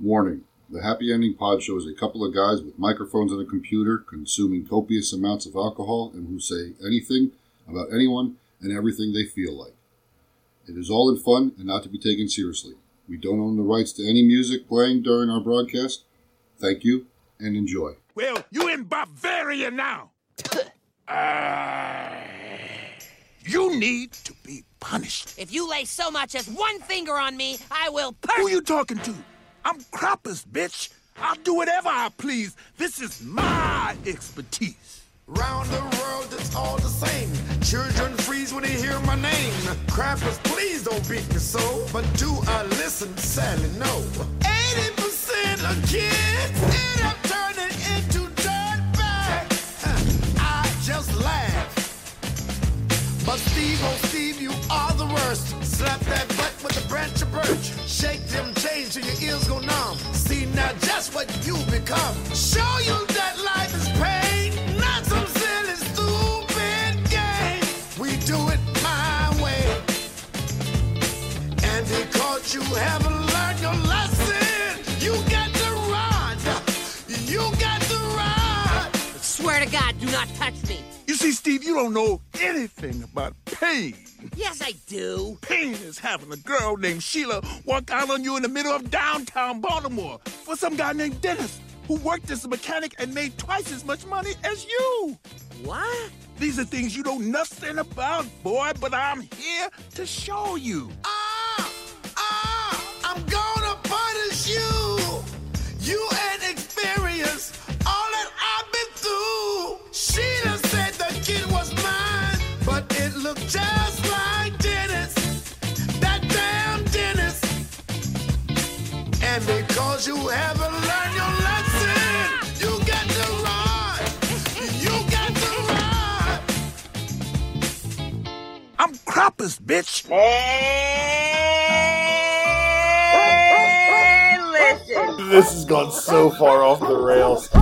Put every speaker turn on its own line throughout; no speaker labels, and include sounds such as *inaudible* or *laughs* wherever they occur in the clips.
Warning The Happy Ending Pod Show is a couple of guys with microphones and a computer consuming copious amounts of alcohol and who say anything about anyone and everything they feel like. It is all in fun and not to be taken seriously. We don't own the rights to any music playing during our broadcast. Thank you and enjoy.
Well, you in Bavaria now. Ah. you need to be punished.
If you lay so much as one finger on me, I will per-
Who you talking to? I'm Croppers, bitch. I'll do whatever I please. This is my expertise.
Round the world, it's all the same. Children freeze when they hear my name. Crappers, please don't beat me so. But do I listen? Sadly, no. 80% of kids end up turning into dirtbags. Huh, I just laugh. But Steve, oh Steve, you are the worst. Slap that butt with a branch of birch. Shake them chains till your ears go numb. See now just what you become. Show you that life is pain, not some silly stupid game. We do it my way, and because you haven't learned your lesson, you got to run. You got to run.
Swear to God, do not touch me.
You see, Steve, you don't know anything about pain.
Yes, I do.
Pain is having a girl named Sheila walk out on you in the middle of downtown Baltimore for some guy named Dennis who worked as a mechanic and made twice as much money as you.
What?
These are things you know nothing about, boy, but I'm here to show you.
Ah, ah, I'm gonna punish you. You ain't experienced all that I've been through. Sheila said the kid was mine, but it looked just like Dennis. That damn Dennis. And because you haven't learned your lesson, you got to run. You got to run.
I'm Croppers, bitch.
Hey, listen.
This has gone so far off the rails. *laughs*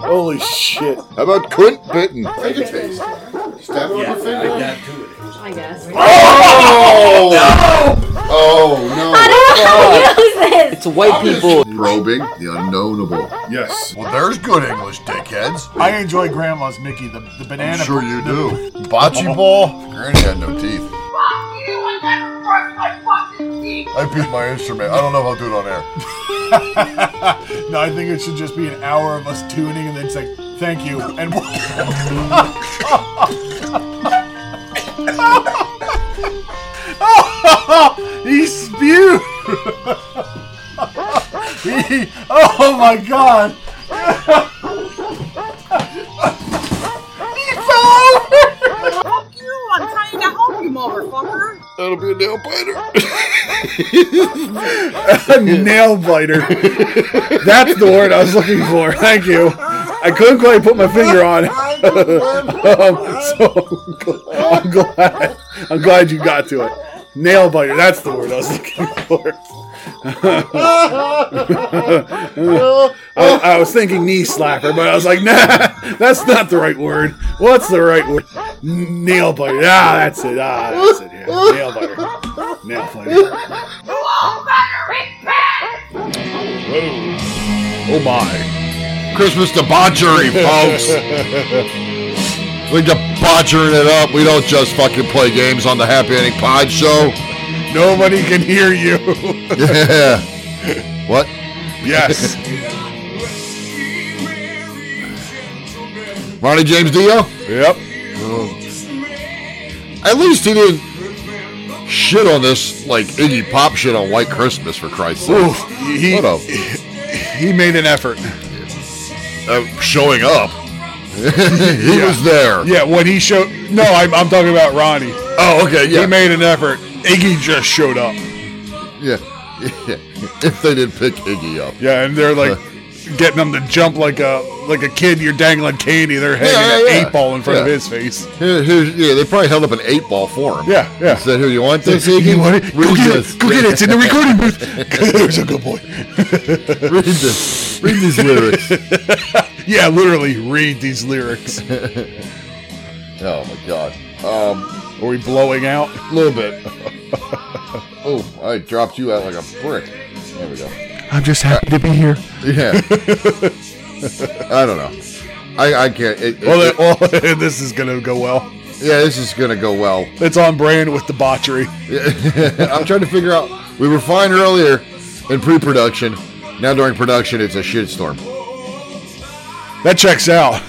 Holy shit.
How about Clint Bitten? Take a taste. Stab it with your finger.
I guess.
Oh! Oh,
*laughs*
no.
It's white people.
Probing the unknownable.
Yes.
Well, there's good English, dickheads.
I enjoy Grandma's Mickey, the, the banana.
I'm sure you do. Bocce ball? Granny had no teeth. I beat my instrument. I don't know if I'll do it on air.
*laughs* No, I think it should just be an hour of us tuning and then it's like, thank you. And *laughs* he spewed. *laughs* he, oh my god. *laughs*
Fuck you. I'm trying to help you, motherfucker.
That'll be a nail biter.
A *laughs* nail biter. That's the word I was looking for. Thank you. I couldn't quite put my finger on it. *laughs* Um, so I'm glad, *laughs* I'm glad. I'm glad you got to it. Nail biter. That's the word I was looking for. *laughs* I, I was thinking knee slapper, but I was like, nah, *laughs* that's not the right word. What's the right word? Nail biter. Ah, that's it. Ah, that's it. Yeah. Nail biter. Nail biter.
Oh, my. Christmas *laughs* debauchery, folks. We're debauchering it up. We don't just fucking play games on the Happy Ending Pod Show. *laughs*
Nobody can hear you. *laughs*
Yeah. What?
Yes.
Ronnie James Dio?
yep.
At least he didn't shit on this, like Iggy Pop shit on White Christmas, for Christ's sake.
Oof, he,
What up?
he made an effort.
Uh, showing up. *laughs* he was there. *laughs*
Yeah, when he showed. No, I'm, I'm talking about Ronnie.
Oh, okay. Yeah.
He made an effort. Iggy just showed up.
yeah. Yeah. If they didn't pick Iggy up.
Yeah, and they're like getting him to jump like a like a kid. You're dangling candy. They're hanging
yeah,
an
yeah.
eight ball in front of
Yeah.
his face.
Here, here's, yeah, they probably held up an eight ball for him.
Yeah, yeah.
Is that who you want this, Iggy?
You want it? Go
Read
get
this.
it. Go get it. It's in the recording booth. *laughs* There's a good boy.
*laughs* Read this. Read these lyrics. *laughs*
Yeah, literally read these lyrics.
Oh, my God. Um,
Are we blowing out?
a little bit. oh, I dropped you out like a brick. There we go.
I'm just happy to be here.
Yeah. *laughs* I don't know. I, I can't. It, it-
Well, that, well *laughs* this is going to go well.
yeah, this is going to go well. *laughs*
It's on brand with debauchery.
I'm trying to figure out. We were fine earlier in pre production. Now during production, it's a shitstorm. *laughs*
That checks out.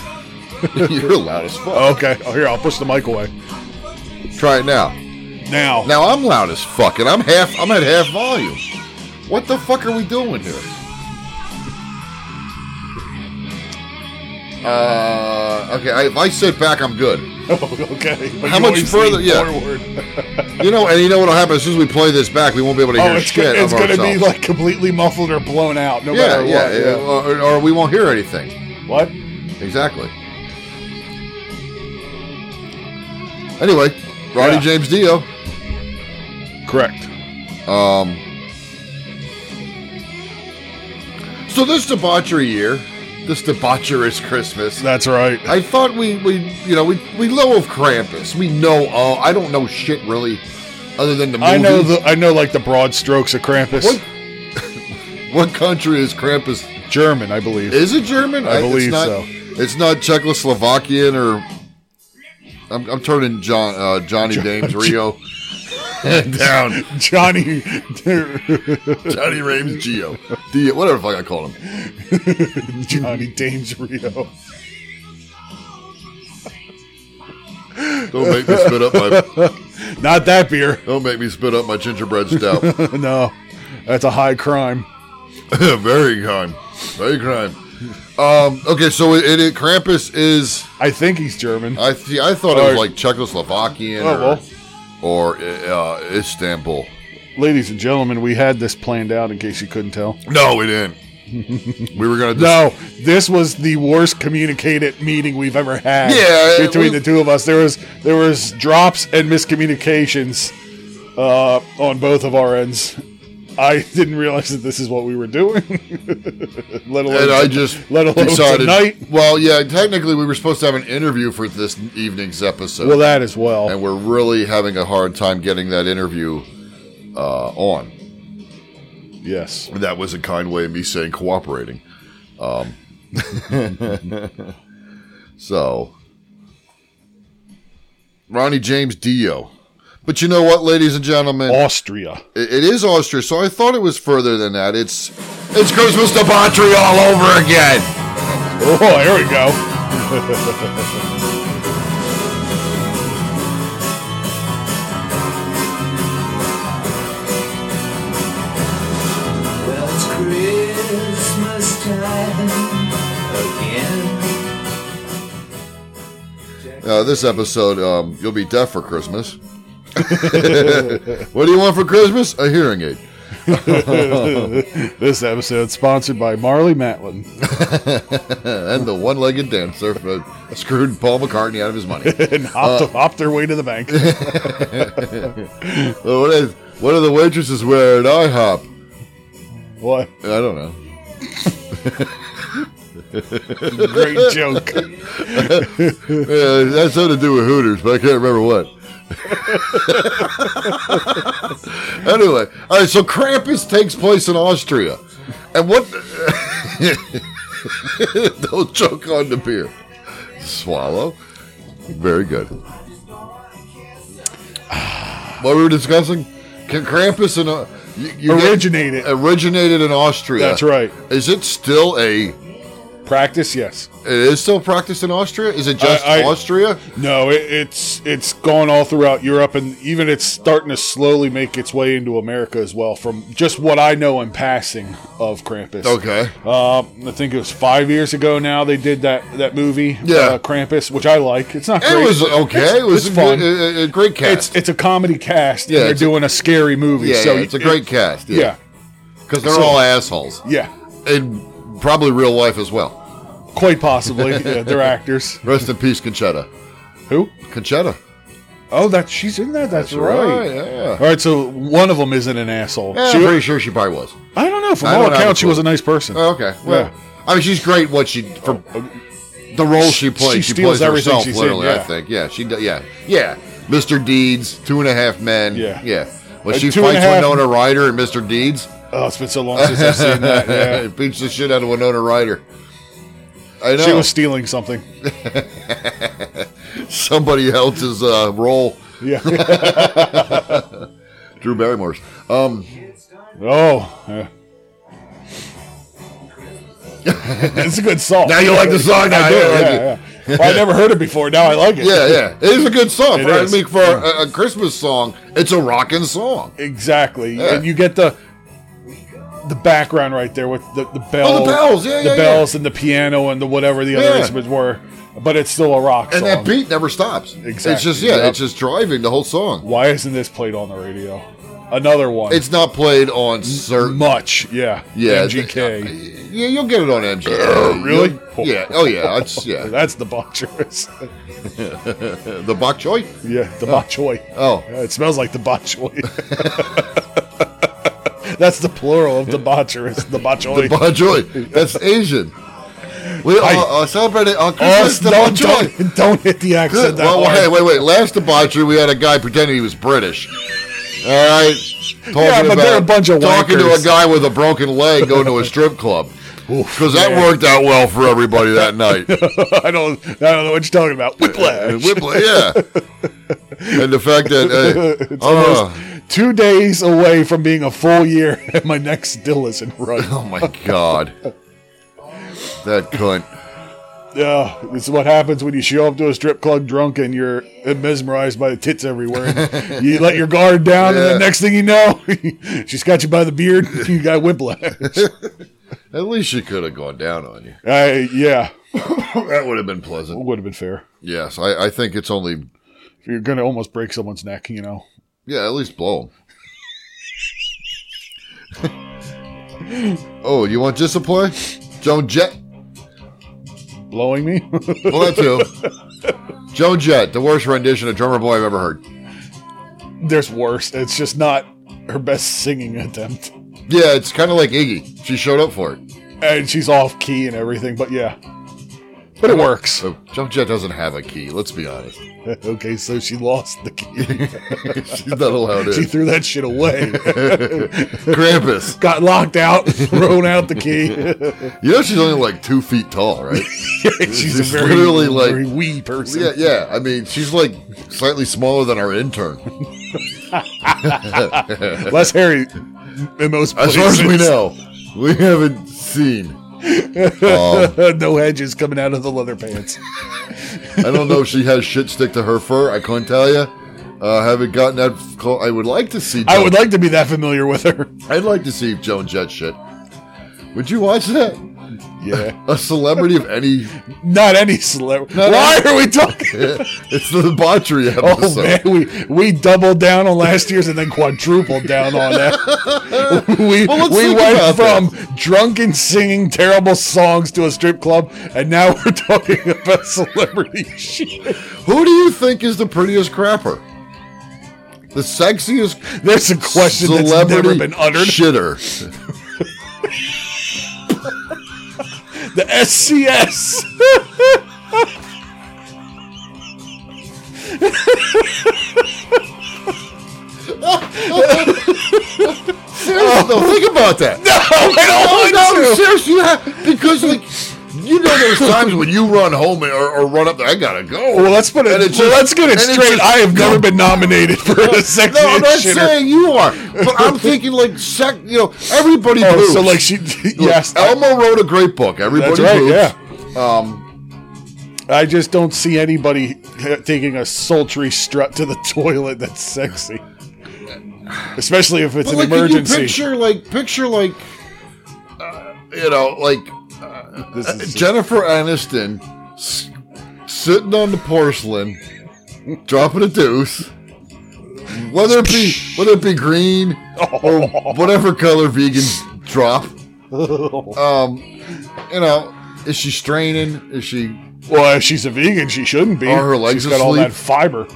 You're loud as fuck.
Okay. Oh, here, I'll push the mic away.
Try it now.
Now.
Now I'm loud as fuck, and I'm half. I'm at half volume. What the fuck are we doing here? Uh, okay. I, if I sit back, I'm good.
*laughs* okay. But
How
you
much
always
further-
lean
yeah.
Forward.
You know, and you know what'll happen as soon as we play this back, we won't be able to hear
Oh, it's,
shit.
gonna,
of
it's gonna be
ourselves.
like completely muffled or blown out, no
yeah,
matter
yeah,
what.
yeah, Or, or we won't hear anything.
What?
Exactly. Anyway, Ronnie
Yeah.
James Dio.
Correct.
Um. So this debauchery year, this debaucherous Christmas.
That's right.
I thought we, we you know we we know of Krampus. We know all. I don't know shit really, other than the movie.
I know the I know like the broad strokes of Krampus.
What? what country is Krampus?
German, I believe.
*laughs* Is it German?
I believe
it's not,
so.
It's not Czechoslovakian or. I'm, I'm turning John uh, Johnny Dames
*laughs*
Rio *laughs* down.
Johnny *laughs*
Johnny Rames Geo, Dio, whatever the fuck I call him.
Johnny Dames Rio.
Don't make me spit up my
Not that beer.
don't make me spit up my gingerbread stout. *laughs*
*laughs* no. That's a high crime.
Very crime. Very crime. Um, okay, so it, it, Krampus is.
I think he's German.
I th- I thought it was
Or-
like Czechoslovakian
Oh, well.
or, or uh, Istanbul.
Ladies and gentlemen, we had this planned out in case you couldn't tell.
No, we didn't.
*laughs*
we were gonna. Dis-
No, this was the worst communicated meeting we've ever had
Yeah, uh, it
between
was-
the two of us. There was there was drops and miscommunications uh, on both of our ends. I *laughs* didn't realize that this is what we were doing. *laughs* let alone
And I just
let alone
decided.
tonight.
Well, yeah. Technically, we were supposed to have an interview for this evening's
*laughs*
episode,
Well, that as well.
and we're really having a hard time getting that interview uh, on.
yes.
That was a kind way of me saying cooperating. Um, *laughs* so, Ronnie James Dio. But you know what, ladies and gentlemen, I
Austria.
it is Austria. So I thought it was further than that. It's it's Christmas debauchery all over
*laughs*
again.
Oh, there we go.
Uh, this episode, um, you'll be deaf for Christmas. *laughs* what do you want for Christmas? A hearing aid. *laughs*
This episode sponsored by Marley Matlin.
and the one-legged dancer for- screwed Paul McCartney out of his money.
*laughs*
*laughs*
and hopped, hopped their way to the bank.
Uh, what is what do the waitresses wear at IHOP?
what
I don't know.
a great joke.
Uh, that's something to do with Hooters, but I can't remember what. *laughs* anyway, all right. So Krampus takes place in Austria, and what? *laughs* don't choke on the beer. Swallow. Very good. *sighs* What we were discussing? Can Krampus and uh, you, you get-
Originated.
originated in Austria.
That's right.
Is it still a?
Practice, yes.
It is still practiced in Austria. Is it just
I- I-
Austria?
No, it, it's it's gone all throughout Europe, and even it's starting to slowly make its way into America as well. From just what I know in passing of Krampus.
Okay.
Uh, I think it was five years ago now they did that that movie.
Yeah.
uh, Krampus, which I like. It's not. Great.
It was okay.
It's-
it was
it's
a
fun.
Good, a, a great
it's
cast.
it's a comedy cast.
Yeah,
and they're
it's a-
doing a scary movie.
yeah,
so
yeah, it's a
it-
great cast.
yeah,
Yeah, because they're
So-
all assholes
yeah,
in probably real life as well.
quite possibly. yeah,
*laughs*
they're actors.
Rest in peace, Conchetta.
Who?
Conchetta.
Oh, that she's in that. That's, right.
Yeah.
All right, so one of them isn't an asshole.
yeah
She-
I'm pretty sure she probably was.
I don't know. From
I
all
don't have
accounts,
a
she
clue.
was a nice person.
Oh, okay. Well,
Yeah.
I mean, she's great. What she for the role she plays. She,
steals
plays
everything
herself.
she's in,
literally,
yeah.
I think. Yeah. She. do- Yeah. Yeah. Mr. Deeds, Two and a Half Men.
Yeah.
Yeah. When
Uh,
she
Two and
fights
a Half-
Winona Ryder and Mr. Deeds,
Oh, it's been so long since I've seen
*laughs*
that. Yeah.
it beats the shit out of Winona Ryder. I know.
She was stealing something.
Somebody held his uh, role.
Yeah. *laughs*
Drew Barrymore's. Um,
Oh. yeah. *laughs* it's a good song.
now you like the song. Now
I
I
do.
do.
Yeah, yeah. Well, I never heard it before. Now I like it.
Yeah, yeah. It is a good song.
It
For, I
is.
mean, for a, a Christmas song, it's a rocking song.
Exactly.
Yeah.
And you get the the background right there with the, the bell.
Oh, the bells. Yeah,
the
yeah,
bells and the piano and the whatever the other
Yeah.
instruments were. But it's still a rock song.
And that beat never stops. It's
Exactly.
just, yeah,
Yep.
it's just driving the whole song.
Why isn't this played on the radio? Another one.
It's not played on certain.
much. Yeah.
Yeah,
MGK.
Yeah, you'll get it on
*laughs*
MGK.
Really?
You'll- yeah. Oh, yeah. It's, yeah.
That's the bok choice.
The bok choy.
*laughs* Yeah, the bok choy.
Oh,
Yeah, it smells like debauchery. *laughs* That's the plural of debauchery. It's debauchery.
bok choy. That's Asian. We
I-
uh, uh, celebrated on
Oh,
Christmas. the bok
don't,
choy.
don't, don't hit the accent
Good.
that
Well, well,
hard.
hey, wait, wait. Last debauchery, we had a guy pretending he was British. All right. Talking
Yeah, but they're a bunch of
talking to
wankers.
a guy with a broken leg going to a strip club because that
man.
worked out well for everybody
*laughs*
that night.
*laughs* I don't, I don't know what you're talking about. Whiplash.
Whipple- yeah. And the fact that
*laughs*
uh, uh,
Two days away from being a full year, *laughs* and my neck still isn't right.
*laughs* oh my god, that cunt.
Yeah, this is what happens when you show up to a strip club drunk and you're mesmerized by the tits everywhere. And you let your guard down, and
Yeah.
the next thing you know, *laughs* she's got you by the beard. You got whiplash.
At least she could have gone down on you.
I, yeah,
That would have been pleasant.
would have been fair.
Yes, I, I think it's only
you're gonna almost break someone's neck, you know.
Yeah, at least blow him. oh, you want just a play? Joan Jett?
Blowing me? *laughs*
Well, that too. Joan Jett, the worst rendition of Drummer Boy I've ever heard.
There's worse. It's just not her best singing attempt.
Yeah, it's kind of like Iggy. She showed up for it.
And she's off key and everything, but yeah. But it works. *laughs*
So Joan Jett doesn't have a key, let's be honest. *laughs*
okay, so she lost the key.
She's not allowed
She
in.
threw that shit away.
*laughs* Krampus.
Got locked out, thrown out the
*laughs*
key.
You know she's only like two feet tall, right?
she's a
It's
very,
literally like-
very wee *laughs* person.
Yeah, yeah. I mean, she's like slightly smaller than our
*laughs*
intern,
Less hairy in most places.
as far as
*laughs*
we know. We haven't seen. Um,
no hedges coming out of the leather pants.
I don't know if she has shit stick to her fur. I couldn't tell you. Uh, haven't gotten that f- call. I would like to see.
I would like to be that familiar with her.
I'd like to see Joan Jett shit. Would you watch that?
Yeah.
*laughs* A celebrity of any?
Not any celebrity.
Not
Why
any-
are we talking? *laughs*
it's the debauchery
Oh
episode.
man, we we doubled down on last year's and then quadrupled down on that.
*laughs*
we
Well, let's
we
think
went
about
from drunken singing terrible songs to a strip club, and now *laughs* we're talking about celebrity shit.
Who do you think is the prettiest crapper? The sexiest
There's a question
celebrity
that's never been uttered. *laughs*
shitter.
The *laughs* SCS.
Seriously, though, think about that.
No, I don't
no,
want
no,
to.
seriously, you have, because like you know, there's times when you run home or, or run up there. I gotta go.
Well, let's put it.
And it's
well,
just-
let's get it
and it's
straight.
just-
I have never been nominated for a sexiest
No, I'm not
shitter.
saying you are, but
*laughs*
I'm thinking like sec. You know, everybody.
Oh,
poops.
so like she, *laughs*
Look,
yes, I-
Elmo wrote a great book.
That's
Everybody.
right.
poops.
Yeah. Um, I just don't see anybody taking a sultry strut to the *laughs* toilet that's sexy, especially if it's
But
an
like,
emergency.
Can you picture like picture like, uh, you know, like
This
uh,
is-
Jennifer Aniston s- sitting on the porcelain, dropping a deuce. Whether it be whether it be green or whatever color vegans drop, um, you know, is she straining? Is she
well, if she's a vegan, she shouldn't be.
Are her legs
she's got all that
asleep?
fiber.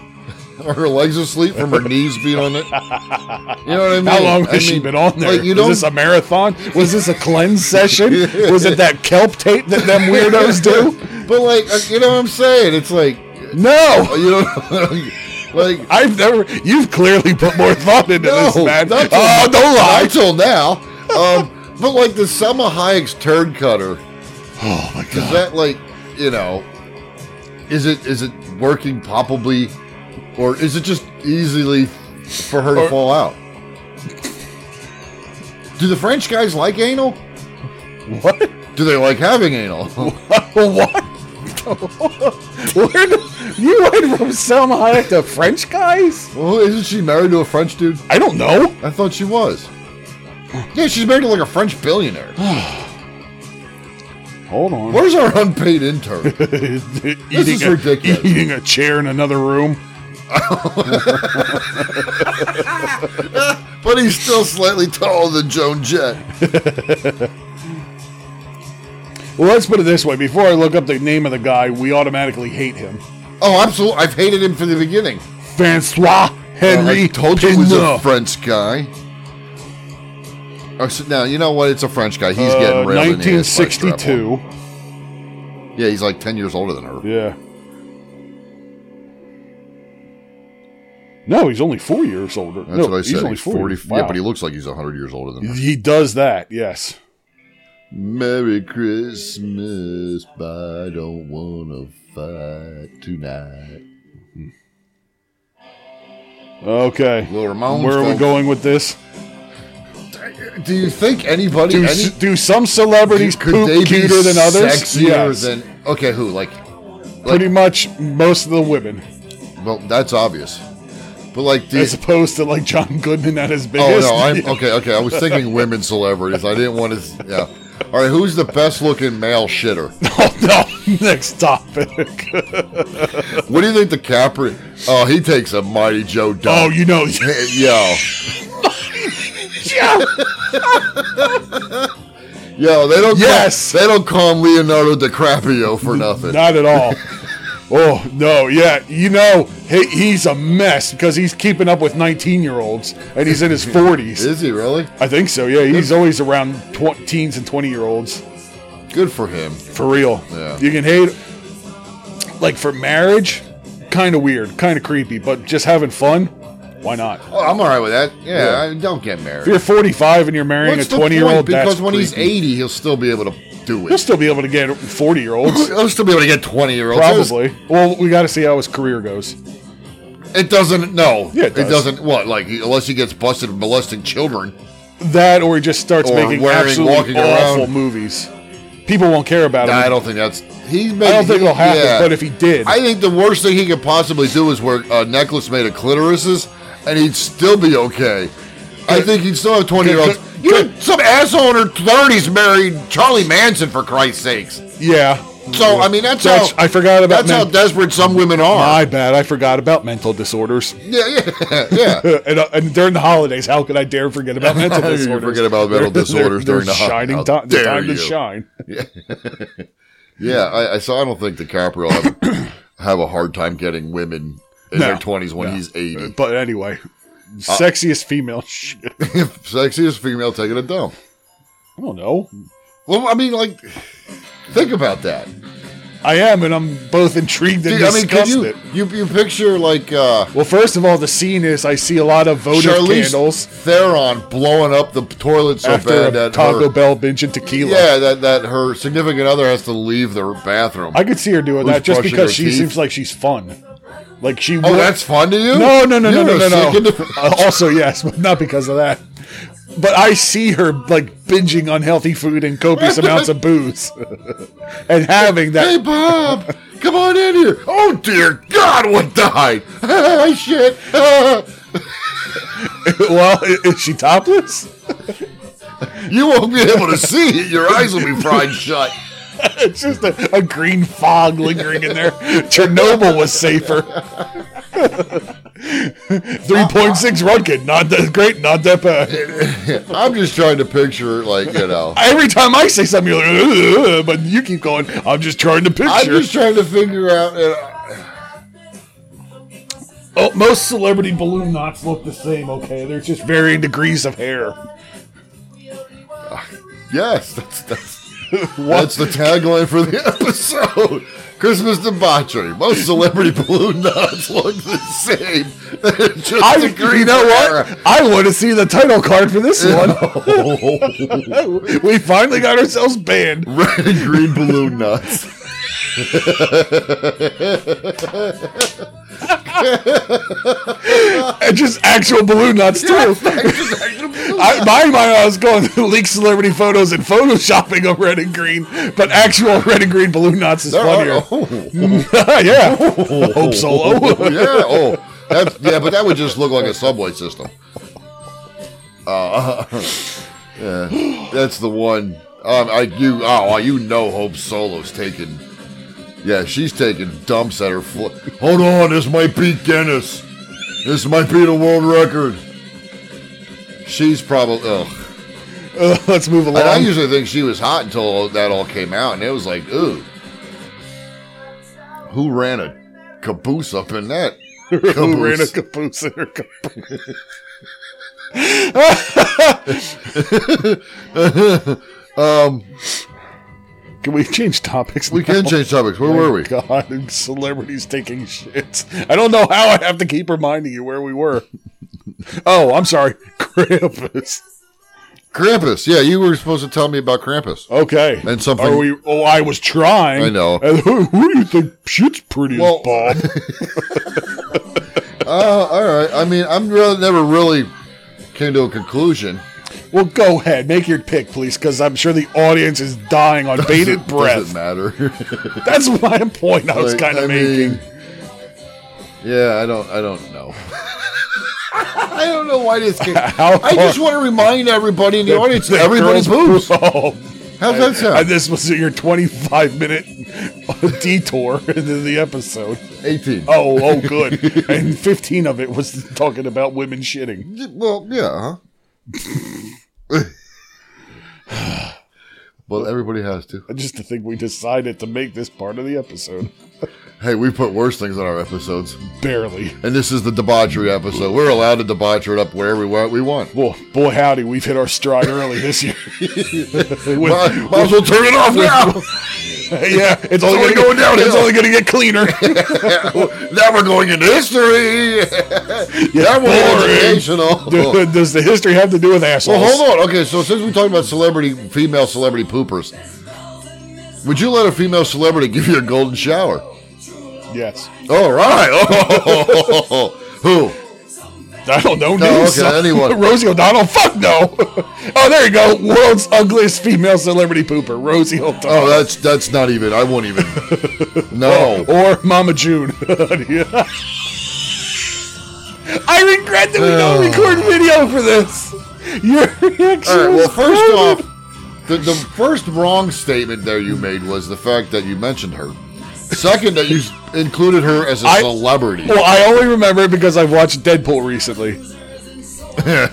Are her legs asleep from her knees being on it? You know what I mean?
How long
I
has she
mean,
been on there?
Like, you
Was
don't.
this a marathon? Was this a
*laughs*
cleanse session? Was it that kelp tape that them *laughs* weirdos do?
but like, uh, you know what I'm saying? It's like, *laughs*
No.
you know, like.
I've never. You've clearly put more thought into
No,
this, man.
not till-
Oh, don't lie.
Not till now. Um, but like the Selma Hayek's turd cutter,
Oh my
is
god.
that like you know, is it is it working probably, or is it just easily for her to
Or-
fall out? Do the French guys like anal?
what?
Do they like having anal? *laughs*
what? *laughs* Where do, you went from Selma Hayek to French guys?
well, isn't she married to a French dude?
I don't know.
I thought she was. Yeah, she's married to like a French billionaire.
Oh. Hold on. *laughs*
Where's our unpaid intern?
eating
is
a,
ridiculous.
Eating a chair in another room.
but he's still slightly taller than Joan Jett.
Well, let's put it this way: before I look up the name of the guy, we automatically hate him.
Oh, absolutely. I've hated him from the beginning.
Francois Henry
I told you he was a
Pinault.
French guy. Oh, so now you know what? It's a French guy. He's
Uh,
getting railed in the ass by a strap on.
1962.
Yeah, he's like ten years older than her.
Yeah. No, he's only four years older.
That's
no,
what I
He's
said.
only
He's forty. Yeah,
Wow.
but he looks like he's hundred years older than her.
He does that. Yes.
Merry Christmas, but I don't wanna fight tonight.
Okay.
Lil Ramones,
Where are we
folks.
going with this?
Do you think anybody?
Do,
any,
s do some celebrities
could
poop
they be
cuter than others?
Sexier
Yes.
than okay, who like?
Pretty much most of the women,
Well, that's obvious. But like, do you-
as opposed to like John Goodman at his
Oh
biggest.
no,
*laughs*
I'm okay. Okay, I was thinking women celebrities. I didn't want to. Yeah. All right, who's the best looking male shitter?
Oh, no. *laughs* Next topic.
What do you think the Capri? Oh, he takes a mighty Joe
oh,
dump.
you know. *laughs*
yo,
Yeah.
yo, they don't.
Yes.
call, they don't call him Leonardo DiCaprio for nothing.
Not at all. Oh no, yeah, you know he, he's a mess because he's keeping up with nineteen-year-olds and he's in his forties.
Is he really?
I think so. Yeah, he's always around tw- teens and twenty-year-olds
Good for him.
for real.
Yeah.
You can hate, like for marriage, kind of weird, kind of creepy, but just having fun, why not?
Oh, I'm all right with that. Yeah,
Yeah.
I don't get
If
married.
you're forty-five and you're marrying
What's
a
the
twenty-year-old,
point? Because
that's
when he's
creepy.
eighty, he'll still be able to do
he'll
it.
still be able to get
*laughs*
forty-year-olds.
He'll still be able to get twenty year olds.
Probably. Well, we got to see how his career goes.
It doesn't. No.
Yeah, it does.
doesn't. What? Like he- unless he gets busted for molesting children.
That or he just starts
Or
making
wearing,
absolutely
walking
awful
around.
movies. People won't care about
Nah,
him.
I don't think that's. He's made,
I don't think
he-
it'll happen,
yeah.
but if he did,
I think the worst thing he could possibly do is wear a necklace made of clitorises, and he'd still be okay. I think he'd still have twenty year olds.
Could-
You had some asshole in her thirties married Charlie Manson for Christ's sakes.
yeah.
So I mean, that's,
That's-
how
I forgot about
That's
men-
how desperate some women are.
My bad. I forgot about mental disorders.
Yeah, yeah, *laughs* yeah.
*laughs* and, uh, and during the holidays, how could I dare forget
*laughs*
about mental
You
disorders?
forget about mental disorders during the holidays.
shining
How
time. The
dare
time to
you.
shine.
Yeah, I, I so I don't think DiCaprio will have, have a *coughs* hard time getting women in
No.
their twenties when
No.
he's *laughs* eighty.
But anyway,
Uh,
sexiest female *laughs* shit. I
Sexiest female taking a dump.
don't know.
Well, I mean, like, think about that.
I am, and I'm both intrigued and
Dude, I mean, can
disgusted.
you, you you picture like uh,
Well, first of all, the scene is I see a lot of votive
Charlize
candles
Theron blowing up the toilet so
after
bad
a
that
Taco
her,
Bell binge and tequila.
yeah, that that her significant other has to leave their bathroom.
I could see her doing
Who's
that just
brushing
because
her
she
teeth?
seems like she's fun. Like she.
oh,
would-
that's fun to you?
No, no, no, no,
You're
no,
a
no, no.
sick
*laughs* Uh, also, yes, but not because of that. But I see her like binging unhealthy food and copious amounts of booze, *laughs* and having
Hey,
that.
Bob, come on in here. Oh dear God, what died? Ah, *laughs* shit. Ah.
*laughs* well, i- is she topless? *laughs*
you won't be able to see it. Your eyes will be fried shut.
It's just a, a green fog lingering in there. Chernobyl was safer. *laughs* 3.6 Rudkin, not that great, not that bad.
*laughs* *laughs* I'm just trying to picture, like you *laughs* know.
Every time I say something, you're like, "Ugh," but you keep going, I'm just trying to
I'm
picture.
just trying to figure out. Uh,
Oh, most celebrity balloon knots look the same, okay? They're just varying degrees of hair.
*laughs* Yes, that's that's, that's the tagline for the episode. Christmas debauchery. Most celebrity *laughs* balloon nuts look the same. *laughs* They're just
I,
a green
you know
Ferrari.
what? I want to see the title card for this one. we finally got ourselves banned.
*laughs* Red and green balloon nuts.
And just actual balloon nuts, too. *laughs* I, my mind, I was going to leak celebrity photos and photoshopping of red and green, but actual red and green balloon knots is
There
funnier. *laughs*
are- oh. *laughs*
yeah. Hope Solo.
yeah. Oh, that's, yeah, but that would just look like a subway system. Uh, *laughs* yeah, that's the one. Um, I you oh you know Hope Solo's taking. Yeah, she's taking dumps at her foot. Hold on, this might be Guinness. This might be the world record. She's probably. Ugh.
Uh, *laughs* let's move along.
And I usually think she was hot until that all came out, and it was like, ooh, who ran a caboose up in that?
Who ran a
caboose?
caboose in her caboose?
*laughs* um,
Can we change topics?
we can
now? Oh
change topics. Where
My *laughs*
were we?
God, celebrities taking shit. I don't know how I have to keep reminding you where we were. oh, I'm sorry. *laughs* Krampus.
Krampus. Yeah, you were supposed to tell me about Krampus.
Okay.
And something-
Are we, oh, I was trying.
I know.
And who, who do you think shit's pretty as
Well-
Bob?
Uh, all right. I mean, I'm really never really came to a conclusion.
well, go ahead. Make your pick, please, because I'm sure the audience is dying on bated
Doesn't
breath.
*laughs* matter.
That's my point I was
Like,
kind
I
of making.
mean, yeah, I don't. I don't know. *laughs* I don't know why this. Came.
How
I just
far-
want to remind everybody in the audience.
that
Everybody's
girl's
boobs.
*laughs* boob.
How's that
Oh, And
sound?
this was your 25 minute *laughs* detour into the episode.
Eighteen.
Oh, oh,
*laughs*
good. and 15 of it was talking about women shitting.
Well, yeah. Huh? *sighs* well, everybody has to.
Just to think we decided to make this part of the episode.
Hey, we put worse things on our episodes,
Barely.
and this is the debauchery episode. We're allowed to debauch it up wherever we want. We want.
Well, boy, howdy, we've hit our stride early this year. With-
*laughs* Might, might as well turn
*laughs*
it off now.
yeah, it's only
only
gonna
going
go down. It's
downhill.
only going to get cleaner.
now we're going into history. *laughs* that was
boring.
*laughs* educational.
*laughs* Does the history have to do with assholes?
Well, hold on. Okay, so since we talked about celebrity, female celebrity poopers, would you let a female celebrity give you a golden shower?
Yes.
All right. *laughs* Oh, Who?
I don't know.
No,
name
okay,
some- *laughs*
anyone.
Rosie O'Donnell. Fuck no. *laughs* oh, there you go. World's ugliest female celebrity pooper, Rosie
Oh,
*laughs* O'Donnell.
that's that's not even. I won't *laughs* even. No.
or Mama June. *laughs* Yeah. I regret that we don't record video for this. Your reaction
All right. Well,
was
first
private.
off, the, the first wrong statement there you made was the fact that you mentioned her. Second, that you s- included her as a
I-
celebrity.
*laughs* Well, I only remember it because I've watched Deadpool recently.
Uh,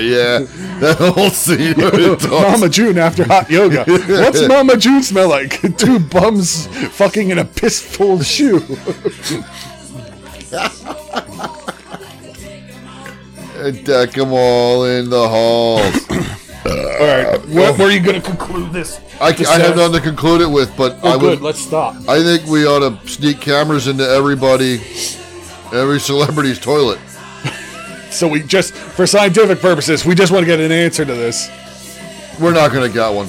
yeah, *laughs* that whole scene.
*laughs*
where it talks-
Mama June after hot
*laughs*
yoga. What's Mama June smell like? *laughs* Two bums fucking in a piss full shoe.
And uh, deck 'em all in the halls.
All right, where, where are you going to conclude this?
I, I have nothing to conclude it with, but I
Oh,
would.
good. Let's stop.
I think we ought to sneak cameras into everybody, every celebrity's toilet.
So we just, for scientific purposes, we just want to get an answer to this.
We're not gonna get one.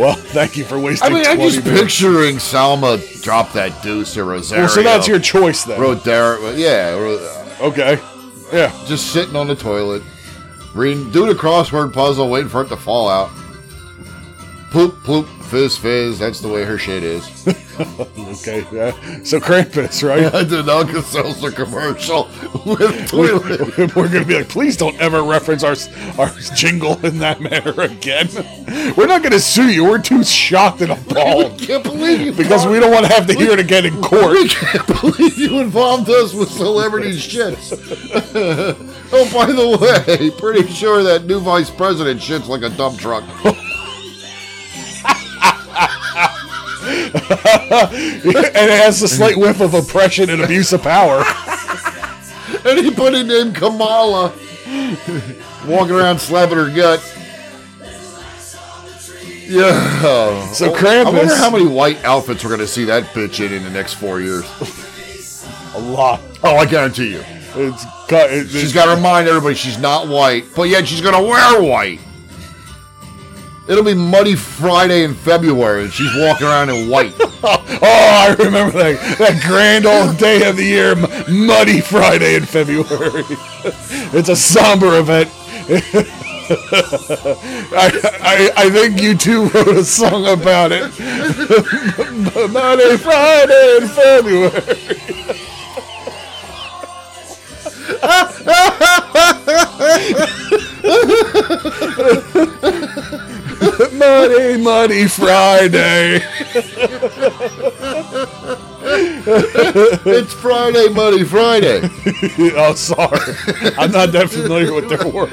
Well, *laughs* thank you for wasting.
I mean, I'm
20
just
minutes.
picturing Salma drop that deuce or Rosario.
Well, so that's your choice then.
Rodera, yeah, Ro-
Okay. Yeah.
just sitting on the toilet, reading, doing a crossword puzzle, waiting for it to fall out. Poop, poop, fizz, fizz. That's the way her shit is. *laughs*
Okay. Yeah. So Krampus, right?
I did not consult a commercial with toilet.
*laughs* We're gonna be like, please don't ever reference our our jingle in that manner again. We're not gonna sue you. We're too shocked and
I
appalled
can't believe you
because we don't want to have to hear it again in court.
We *laughs* can't believe you involved us with celebrity shit. *laughs* oh, by the way, pretty sure that new vice president shits like a dump truck.
and it has a slight whiff of oppression and abuse of power.
Anybody named Kamala walking around slapping her gut. Yeah.
So
I wonder
Krampus-
how many white outfits we're going to see that bitch in in the next four years.
A lot.
Oh, I guarantee you.
It's got. It,
She's
it's
got to remind everybody she's not white, but yet she's going to wear white. It'll be Muddy Friday in February, and she's walking around in white.
Oh, I remember that that grand old day of the year, M- Muddy Friday in February. *laughs* it's a somber event. *laughs* I, I I think you two wrote a song about it. *laughs* Muddy Friday in February. *laughs* Muddy, muddy Friday.
*laughs* it's Friday, Muddy Friday.
oh, sorry. I'm not that familiar with their work.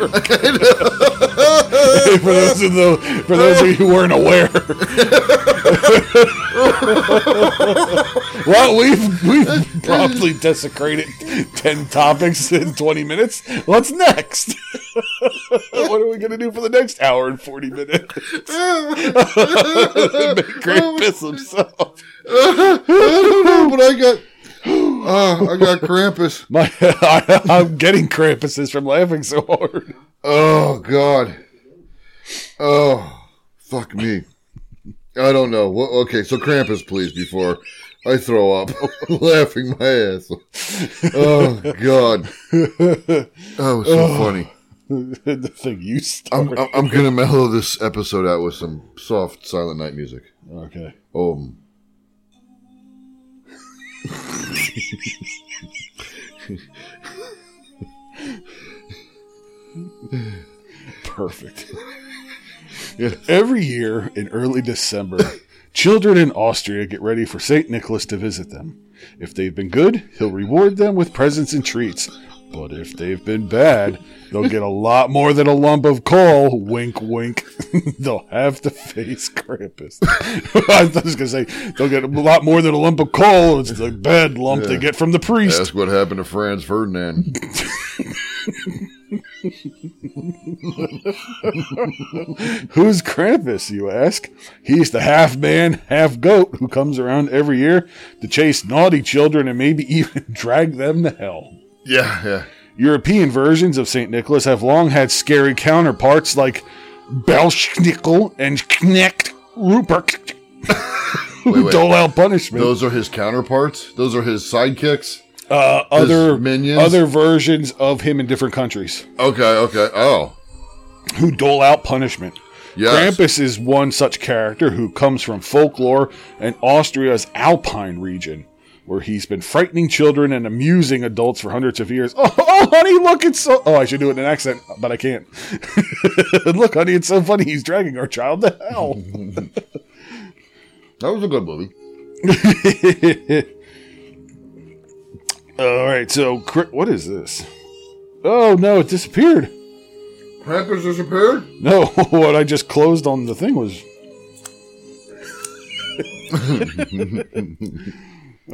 for those of the, for those of you who weren't aware, well, we've we've promptly desecrated ten topics in 20 minutes. What's next? *laughs* what are we gonna do for the next hour and 40 minutes? *laughs* Make Grant piss himself.
Oh, but I got, uh, I got Krampus.
My, *laughs* I, I'm getting crampuses from laughing so hard. *laughs*
Oh God. Oh, fuck me. I don't know. Well, okay, so Krampus, please, before I throw up, *laughs* laughing my ass. off. Oh *laughs* God. That was so funny.
the thing you stop.
I'm, I'm, I'm gonna mellow this episode out with some soft Silent Night music.
Okay.
Um.
Perfect. Every year in early December, children in Austria get ready for St. Nicholas to visit them. If they've been good, he'll reward them with presents and treats. But if they've been bad, they'll get a lot more than a lump of coal. Wink, wink. *laughs* they'll have to face Krampus. *laughs* I was going to say, they'll get a lot more than a lump of coal. It's the bad lump they get from the priest.
Ask what happened to Franz Ferdinand.
Who's Krampus, you ask? He's the half man, half goat who comes around every year to chase naughty children and maybe *laughs* even drag them to hell.
*laughs* Yeah, yeah.
European versions of St. Nicholas have long had scary counterparts like Belschnickel and Knecht Rupert, *laughs*
Wait,
who
wait.
dole out punishment.
Those are his counterparts. Those are his sidekicks.
uh, other,
his minions?
other versions of him in different countries
Okay, okay. Oh,
who dole out punishment.
yes.
Krampus is one such character who comes from folklore and Austria's Alpine region, where he's been frightening children and amusing adults for hundreds of years. *laughs* Oh, oh, honey, look, it's so. Oh, I should do it in an accent, but I can't. *laughs* look, honey, it's so funny. He's dragging our child to hell. *laughs*
That was a good movie.
All right, so Kra- what is this? Oh no, it disappeared.
Krampus disappeared.
No, *laughs* what I just closed on the thing was.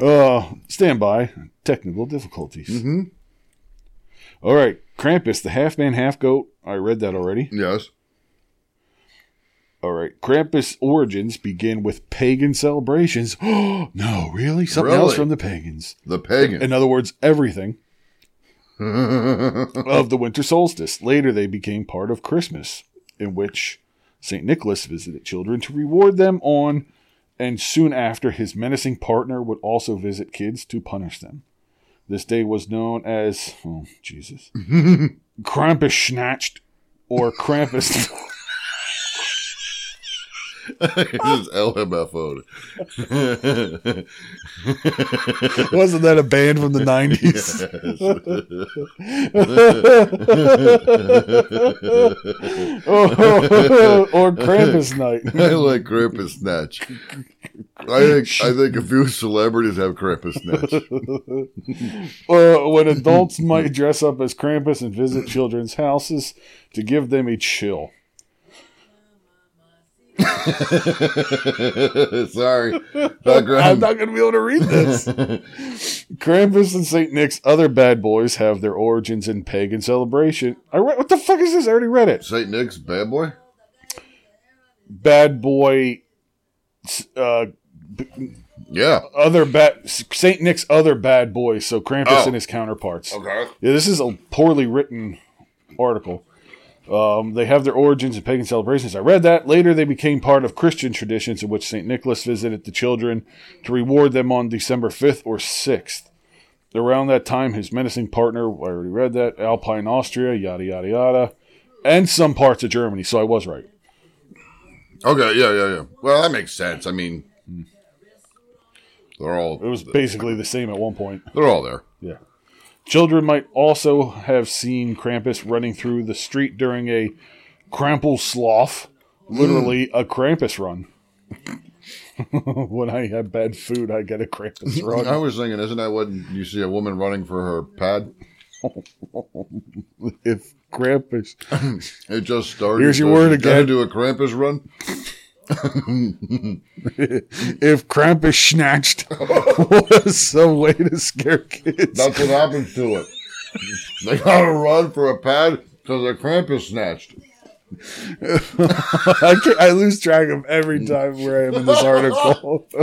*laughs* uh, stand by. Technical difficulties. Mm-hmm. right, Krampus, the half man, half goat. I read that already.
Yes.
All right, Krampus origins begin with pagan celebrations. *gasps* no, really? Something else
Really?
from the pagans.
The *laughs* pagan.
In other words, everything of the winter solstice. Later, they became part of Christmas, in which St. Nicholas visited children to reward them on, and soon after, his menacing partner would also visit kids to punish them. This day was known as, oh, Jesus, Krampus Schnatched or Krampus. *laughs*
this is LMFO. *laughs*
Wasn't that a band from the 90s? or Krampus Night.
*laughs* I like Krampus Snatch. I think I think a few celebrities have Krampus Snatch. *laughs*
uh, when adults might dress up as Krampus and visit children's houses to give them a chill.
Sorry, background.
I'm not going to be able to read this. Krampus and St. Nick's other bad boys have their origins in pagan celebration. I read, what the fuck is this? I already read it.
Saint Nick's bad boy.
bad boy, s- uh,
Yeah.
other bad Saint Nick's other bad boy. So Krampus
Oh.
and his counterparts.
Okay.
Yeah, this is a poorly written article. Um, they have their origins in pagan celebrations. I read that. Later, they became part of Christian traditions in which St. Nicholas visited the children to reward them on December 5th or 6th. Around that time, his menacing partner, I already read that, Alpine Austria, yada, yada, yada, and some parts of Germany. So I was right.
Okay. Yeah. Yeah. Yeah. Well, that makes sense. I mean, they're all
It was basically the same at one point.
they're all there.
Yeah. Children might also have seen Krampus running through the street during a Krampel sloth, literally a Krampus run. *laughs* when I have bad food, I get a Krampus
I
run.
was thinking, isn't that when you see a woman running for her pad?
if Krampus, *laughs*
It just started.
Here's your word
you gotta
again.
Do a Krampus run.
if Krampus snatched *laughs* was some way to scare kids.
That's what happens
*laughs*
to it. They gotta run for a pad because the Krampus snatched. it.
I, can't, I lose track of
Mm.
every time where I am in this
*laughs*
article. *laughs*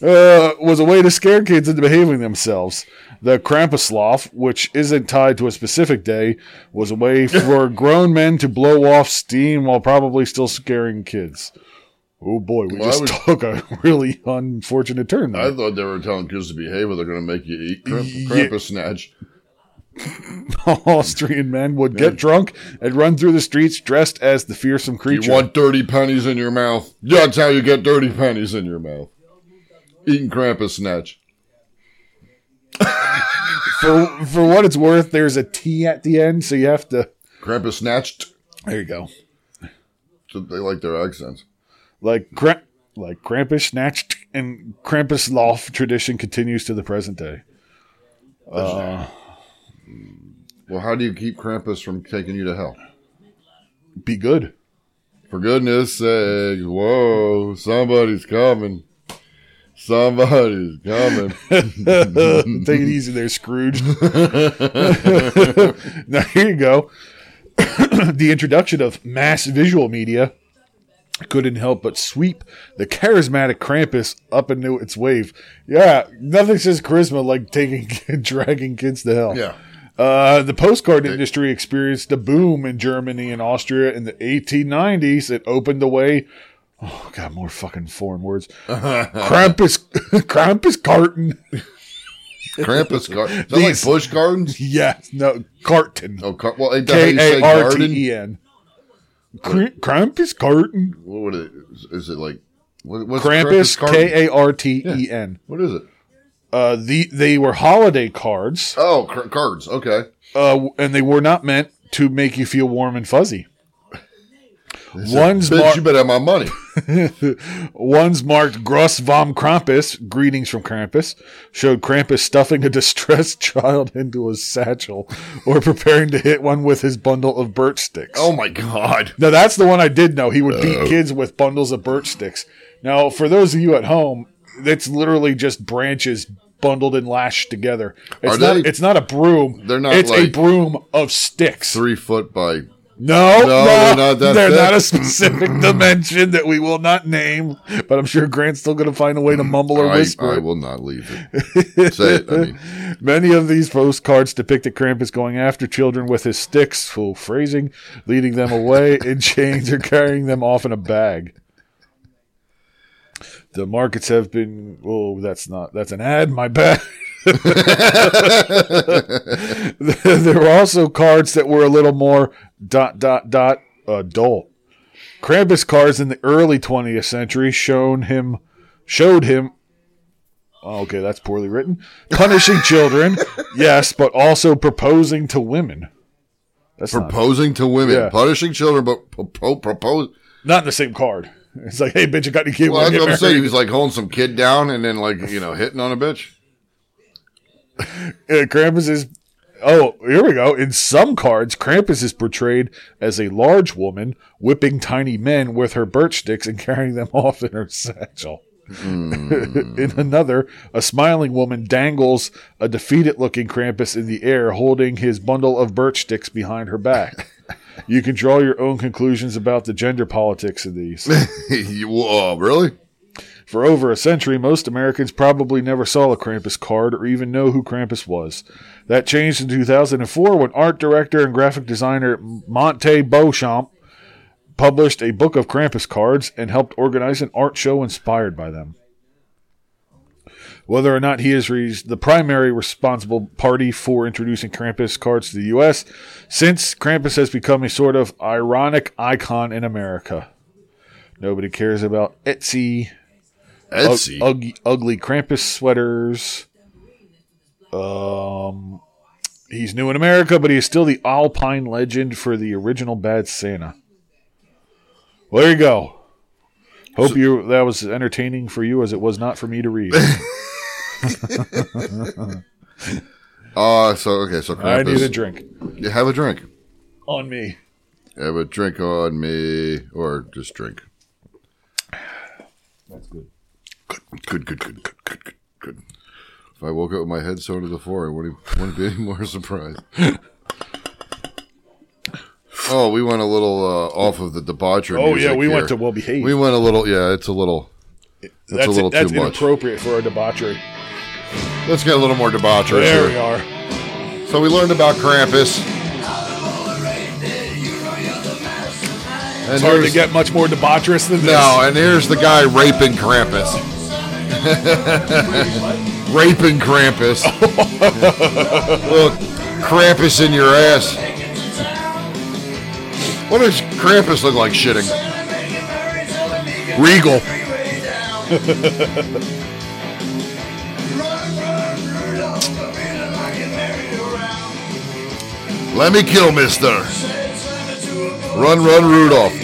uh, was a way to scare kids into behaving themselves. The Krampuslof, which isn't tied to a specific day, was a way
*laughs*
for grown men to blow off steam while probably still scaring kids. Oh boy, we
Well, I
just
was-
took a really unfortunate turn there.
I thought they were telling kids to behave, or they're gonna make you eat Kramp-
Yeah.
Krampus snatch.
*laughs* Austrian men would get drunk and run through the streets dressed as the fearsome creature.
You want dirty pennies in your mouth? That's how you get dirty pennies in your mouth. Eating Krampus snatch.
for for what it's worth, there's a T at the end, so you have to.
Krampus snatched.
There you go.
So They like their accents.
Like Kramp, like Krampus snatched and Krampus Lof tradition continues to the present day.
Well, how do you keep Krampus from taking you to hell?
Be good.
For goodness sake, whoa, somebody's coming. Somebody's
*laughs*
coming.
Take it easy there, Scrooge. *laughs* now, here you go. *clears throat* the introduction of mass visual media couldn't help but sweep the charismatic Krampus up into its wave. Yeah, nothing says charisma like taking *laughs* dragging kids to hell.
Yeah.
Uh, the postcard industry experienced a boom in Germany and Austria in the 1890s. It opened the way. Oh, God, more fucking foreign
*laughs*
words. Krampus, *laughs* Krampus carton.
Krampus garden. Is that like
These-
Bush gardens?
Yeah, no, carton.
Oh, car- well, ain't that how you
K
say
A R T
garden?
E N. Kr- Krampus carton.
What would it? Is it like what, what's
Krampus,
garden?
K A R T E N.
What is it?
Uh, the they were holiday cards,
Oh, cr- cards. Okay.
uh, and they were not meant to make you feel warm and fuzzy. One's
Bitch,
mar-
you better have my money.
One's marked Gross vom Krampus, greetings from Krampus, showed Krampus stuffing a *laughs* distressed child into a satchel or preparing to hit one with his bundle of birch sticks.
Oh my god.
Now, that's the one I did know. He would beat kids with bundles of birch sticks. Now, for those of you at home, that's literally just branches bundled and lashed together. It's,
Are
not,
they-
it's not a broom.
They're not
It's a
like-
broom of sticks.
Three foot by.
No, no,
they're not that
they're
thick.
not a
*laughs*
specific dimension that we will not name, but I'm sure Grant's still going to find a way to mumble or
I,
whisper.
I
it.
will not leave it.
*laughs*
Say it. I mean,
Many of these postcards depicted Krampus going after children with his sticks, full phrasing, leading them away *laughs* in chains or carrying them off in a bag. The markets have been. Oh, that's not. That's an ad. My
*laughs*
bad. *laughs* there were also cards that were a little more dot dot dot adult. Krampus cards in the early 20th century shown him showed him Oh, okay, that's poorly written.
*laughs*
Punishing children, yes, but also proposing to women. That's not,
proposing to women,
Yeah.
punishing children, but propo- propose.
not in the same card. It's like, hey, bitch, I got any kid?
Well,
wanna
that's what I'm
get
saying. He
married?
was like holding some kid down and then like you know hitting on a bitch. *laughs*
Uh, Krampus is. Oh, here we go. In some cards, Krampus is portrayed as a large woman whipping tiny men with her birch sticks and carrying them *laughs* off in her satchel. *laughs* in another, a smiling woman dangles a defeated looking Krampus in the air, holding his bundle of birch sticks behind her back. You can draw your own conclusions about the gender politics of these.
You- Whoa, really?
For over a century, most Americans probably never saw a Krampus card or even know who Krampus was. That changed in 2004 when art director and graphic designer Monte Beauchamp published a book of Krampus cards and helped organize an art show inspired by them. Whether or not he is re- the primary responsible party for introducing Krampus cards to the U.S., since Krampus has become a sort of ironic icon in America. Nobody cares about Etsy, Ug-
Etsy.
ug- ugly Krampus sweaters. Um, he's new in America, but he is still the Alpine legend for the original Bad Santa. Well, there you go. Hope you that was entertaining for you as it was not for me to read.
*laughs* Ah, so okay, so Krampus.
I need a drink
Yeah, have a drink.
on me.
Have a drink on me, or just drink. That's good. Good, good, good, good, good, good, good. If I woke up with my head sewn to the floor, I wouldn't, *laughs* wouldn't be any
*laughs*
more surprised. oh, we went a little uh, off of the debauchery.
Oh yeah,
music
we went to
here.
well behaved.
We went a little. Yeah, it's a little. That's, a little
that's
too much.
inappropriate for our debauchery.
Let's get a little more debauchery.
There
here.
we are.
So we learned about Krampus. And
It's hard to
here's-
get much more debaucherous than this.
No, and here's the guy raping Krampus. *laughs* raping Krampus. Look, Krampus in your ass. What does Krampus look like shitting? Regal. Let me kill Mister. Run, run, Rudolph.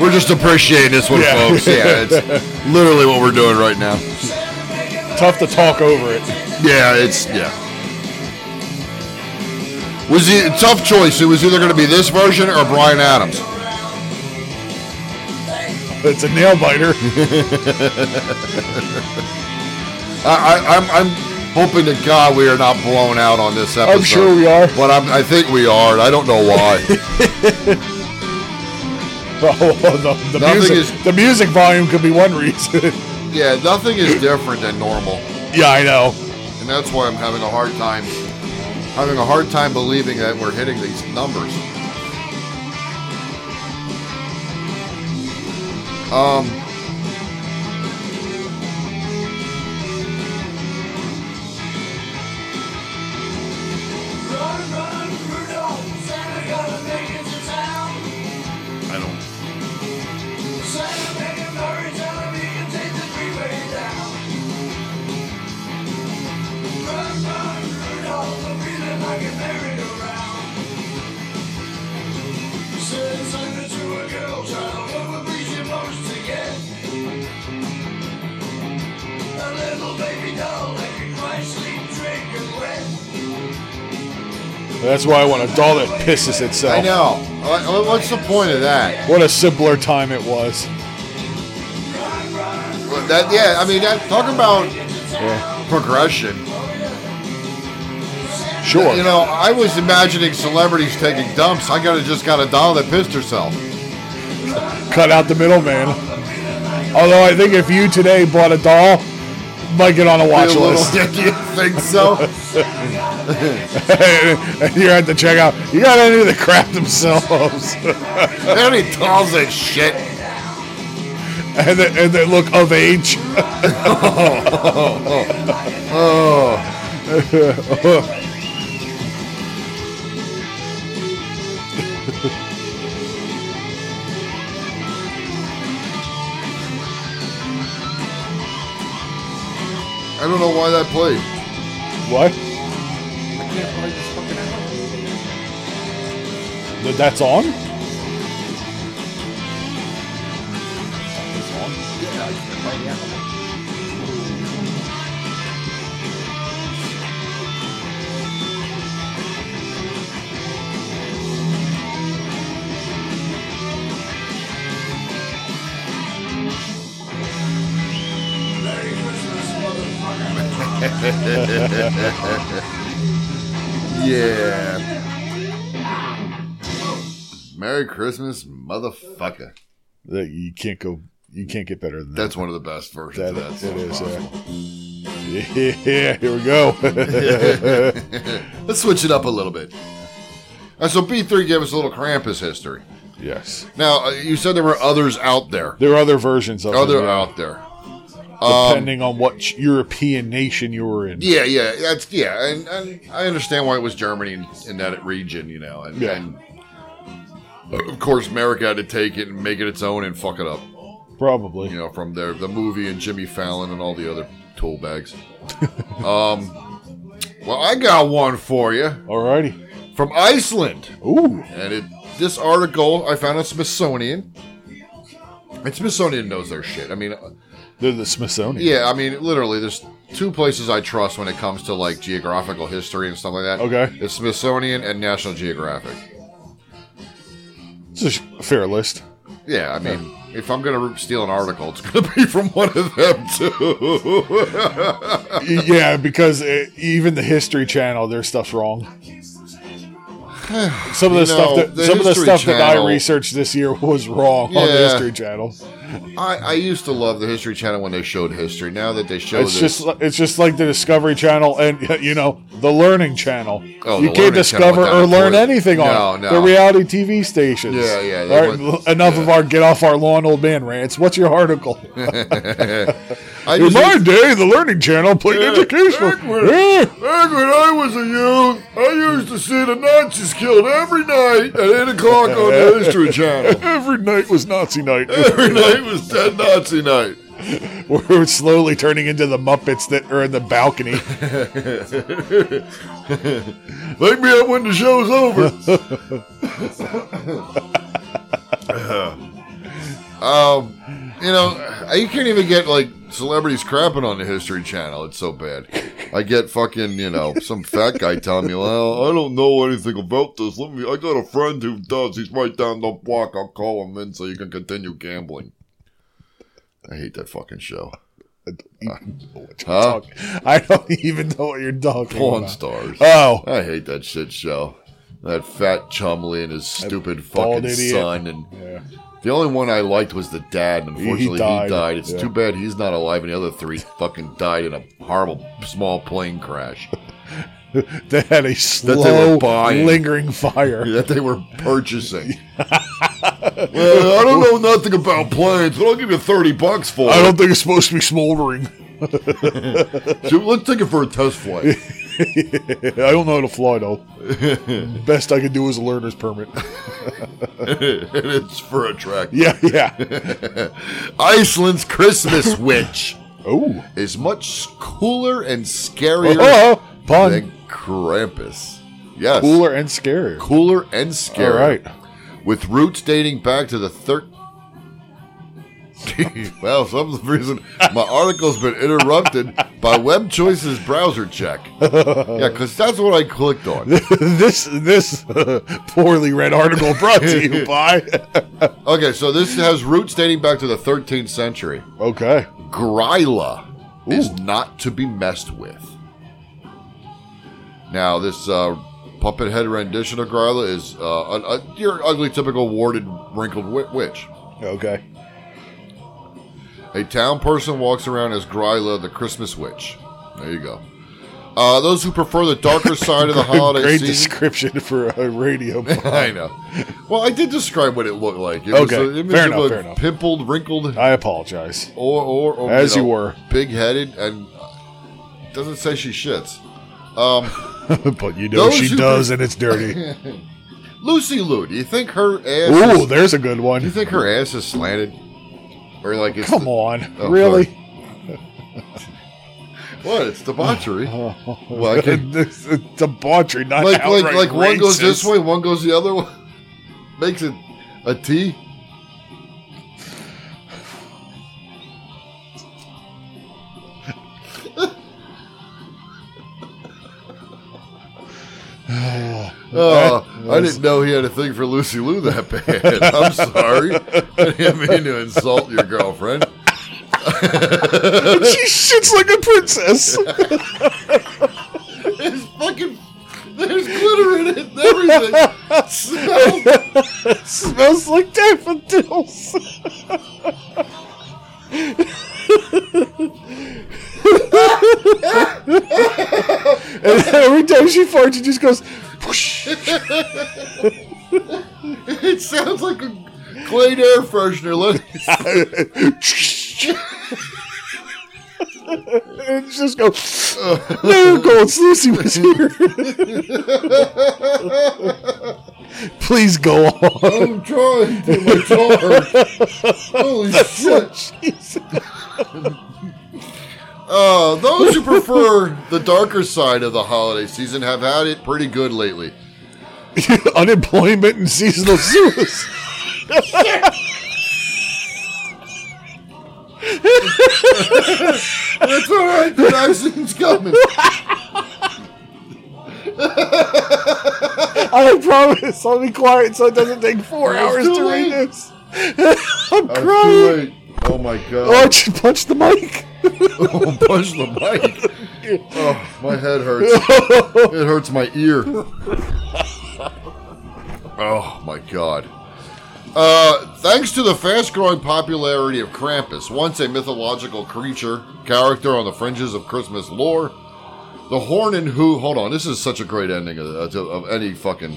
We're just appreciating this one,
Yeah.
folks. Yeah, it's literally what we're doing right now.
Tough to talk over it.
Yeah, it's yeah. Was it tough choice? It was either going to be this version or Brian Adams.
It's a nail biter.
I, I, I'm, I'm hoping to God we are not blown out on this episode.
sure we are.
but I'm, I think we are. and I don't know why. *laughs*
*laughs* Oh, the, the,
Nothing
music,
is-
the music volume could be one reason. *laughs*
yeah, nothing is different than normal.
yeah, I know.
and that's why I'm having a hard time having a hard time believing that we're hitting these numbers. Um, I don't.
That's why I want a doll that pisses itself.
I know. Oh. What- what- What's the point of that?
What a simpler time it was.
Well, That yeah. I mean, that, talk about progression.
Sure.
You know, I was imagining celebrities taking dumps. I gotta just got a doll that pissed herself.
Cut out the middleman. Although I think if you today bought a doll, might get on a watch
Be a little-
list. *laughs*
Do *laughs* you think so?
and you're at the checkout. You got any of the crap themselves. *laughs*
Any dolls that shit.
and, they, and they look of age. *laughs*
I don't know why that played.
What? That that's on?
Yeah. Merry Christmas, motherfucker.
That you can't go. You can't get better than that.
That's one of the best versions
That
of that.
it
song
is, yeah.
possible.
*laughs* yeah, here we
*laughs*
go. *laughs*
Let's switch it up a little bit. Uh, so B3 gave us a little Krampus history.
yes,
Now, uh, you said there were others out there.
there are other versions of
Other uh, um,
it, yeah,
out there.
depending on what ch- European nation you were in.
Yeah, yeah, that's yeah, and, and I understand why it was Germany in, in that region, you know, and,
Yeah.
and of course America had to take it and make it its own and fuck it up,
Probably.
you know, from their the movie and Jimmy Fallon and all the other tool bags. um, well, I got one for you
Alrighty.
from Iceland.
Ooh.
And it this article I found on Smithsonian. And Smithsonian knows their shit. I mean,
They're the Smithsonian.
yeah, I mean, literally, there's two places I trust when it comes to like geographical history and stuff like that.
Okay.
it's Smithsonian and National Geographic.
It's a sh- fair
*laughs*
list.
Yeah, I mean, if I'm gonna re- steal an article, it's gonna *laughs* be from one of them too. *laughs*
yeah, because uh even the History Channel, their stuff's
*sighs*
wrong. Some of the
You
stuff
know,
that
the
some of the
History
stuff that I
Channel-
researched this year was wrong on the
Yeah.
History Channel.
I, I used to love the History Channel when they showed history. Now that they show
It's
this,
just it's just like the Discovery Channel and you know the Learning Channel.
Oh, the
you
Learning
can't
Channel
discover
without
or
a
learn
clue.
anything
No,
on it.
no.
the reality TV stations.
Yeah, yeah, they
All right,
went-
l- enough of our get off our lawn, old man rants. What's your article?
*laughs* I
In
just
my day, the Learning Channel played educational. Yeah. *laughs*
Back when I was a youth, I used to see the Nazis killed every night at 8 o'clock on the
*laughs*
History Channel. *laughs*
Every night was Nazi night.
Every night was dead Nazi night.
*laughs* We're slowly turning into the Muppets that are in the
*laughs*
balcony.
Wake me up when the show's over. *laughs* um, you know, you can't even get like celebrities crapping on the History Channel. It's so bad. I get fucking you know some fat guy telling me, "Well, I don't know anything about this. Let me. I got a friend who does. He's right down the block. I'll call him in so you can continue gambling." I hate that fucking show. Huh?
I don't even know what you're talking
Pawn
about.
stars.
Oh,
I hate that shit show. That fat Chumley and his stupid
bald
fucking
idiot.
son. And the only one I liked was the dad. and
He- he
Unfortunately, he died.
died,
It's
yeah.
too bad he's not alive. And the other three fucking died in a horrible small plane crash
*laughs* they had a
were
slow,
buying.
lingering fire.
that they were
*laughs*
purchasing. well, I don't know nothing about planes, but I'll give you thirty bucks for
I
it.
don't think it's supposed to be smoldering. *laughs*
So Let's take it for a
*laughs*
test flight. *laughs*
I don't know how to fly though. Best I can do is a learner's permit. *laughs*
and it's for a track.
Yeah, yeah.
Iceland's
*laughs*
Christmas witch.
Oh,
is much cooler and scarier
oh, pun.
than Krampus. Yes.
Cooler and scarier.
Cooler and scarier.
All right. *laughs*
With roots dating back to the third. well, some of the reason my article's been interrupted by Web Choices browser check. Yeah, because that's what I
*laughs*
clicked on.
this this *laughs* poorly read article brought to
*laughs*
you by. *laughs*
Okay, so this has roots dating back to the 13th century.
okay.
Gryla is not to be messed with. Now, this uh, puppet head rendition of Gryla is uh, an, a, your ugly, typical warded, wrinkled wi- witch.
Okay.
A town person walks around as Gryla, the Christmas witch. There you go. Uh, those who prefer the
*laughs*
darker side of the holiday
Great
season.
description for a radio. pod.
*laughs* I know. Well, I did describe what it looked like. It
Okay,
was an image
fair
of
enough,
a
fair enough.
pimpled, wrinkled
I apologize.
or, or, or
As you
oh.
were. *laughs*
big-headed, and uh, doesn't say she shits.
but you know
Those
she
who-
does, and it's
*laughs*
dirty.
Lucy Lou, do you think her ass?
Ooh,
is, do
there's a good
you
one.
think her ass is slanted, or like it's
Come on,
Oh,
really?
what? It's
*laughs*
debauchery. well, I can,
This is debauchery, not
like like
outright
like one goes this
racist.
way, one goes the other way, *laughs* makes it a T. Oh, I didn't know he had a thing for Lucy *laughs* Lou that bad. I'm sorry. I didn't mean to insult your girlfriend.
*laughs* she shits like a
*laughs*
princess.
It's fucking. There's glitter in it and everything. Smells-
Smells like daffodils. *laughs* and every time she farts, it just goes. Whoosh.
it sounds like a Glade air freshener. Let-
*laughs* And it just goes. No, Gold Lucy was here. *laughs* Please go on.
*laughs* I'm trying *laughs* to my charge. Holy shit. Uh, those who prefer the darker side of the holiday season have had it pretty good lately.
*laughs* Unemployment and seasonal *laughs* suicide.
That's all right. The vaccine's coming.
I promise I'll be quiet so it doesn't take four
It's
hours
too
to read
late.
this. *laughs* I'm
I was too
crying.
late. Oh my
Oh, I
god!
just punched the mic.
Oh, *laughs* punch the mic. Oh, my head *laughs* hurts. It hurts my ear. Oh my god. Uh, thanks to the fast-growing popularity of Krampus, once a mythological creature character on the fringes of Christmas lore, the Horn and Who. Hold on, this is such a great ending of, uh, to- of any fucking.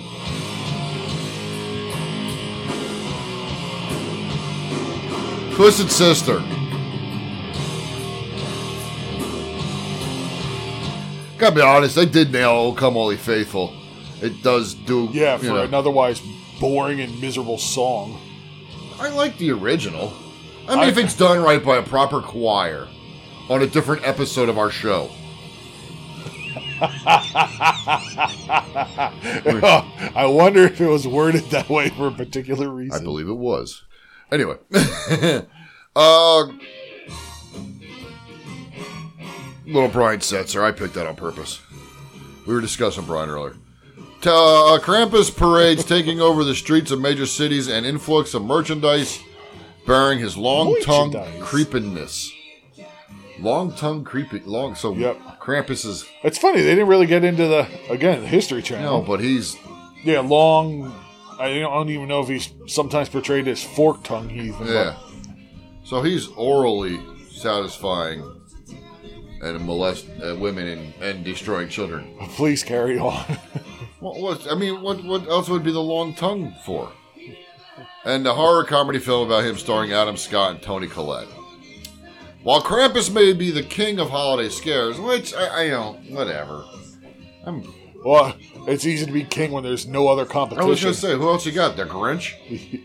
Twisted Sister. Gotta be honest, they did nail "Oh, Come Holy Faithful. It does do.
Yeah,
you
for
know.
an otherwise boring and miserable song. *laughs*
I like the original. I mean, if it's done right by a proper choir on a different episode of our show.
I wonder if it was worded that way for a particular
I
reason.
believe it was. Anyway. *laughs* uh Little Brian Setzer. I picked that on purpose. We were discussing Brian earlier. Ta- Uh, Krampus *laughs* parades taking over the streets of major cities and influx of merchandise bearing his long tongue
Merchandise.
creepiness. Long tongue creepy. Long. So
Yep.
Krampus is.
It's funny they didn't really get into the again the History
No,
Channel.
but he's
Yeah, long. I don't even know if he's sometimes portrayed as fork tongue heathen.
Yeah. So he's orally satisfying and molest uh, women and, and destroying children.
But please carry on. *laughs*
What, what I mean, what what else would be the long tongue for? And the horror comedy film about him starring Adam Scott and Tony Collette. While Krampus may be the king of holiday scares, which I, I don't, whatever. I'm,
well, it's easy to be king when there's no other
I was
competition.
gonna say, who else you got? The Grinch?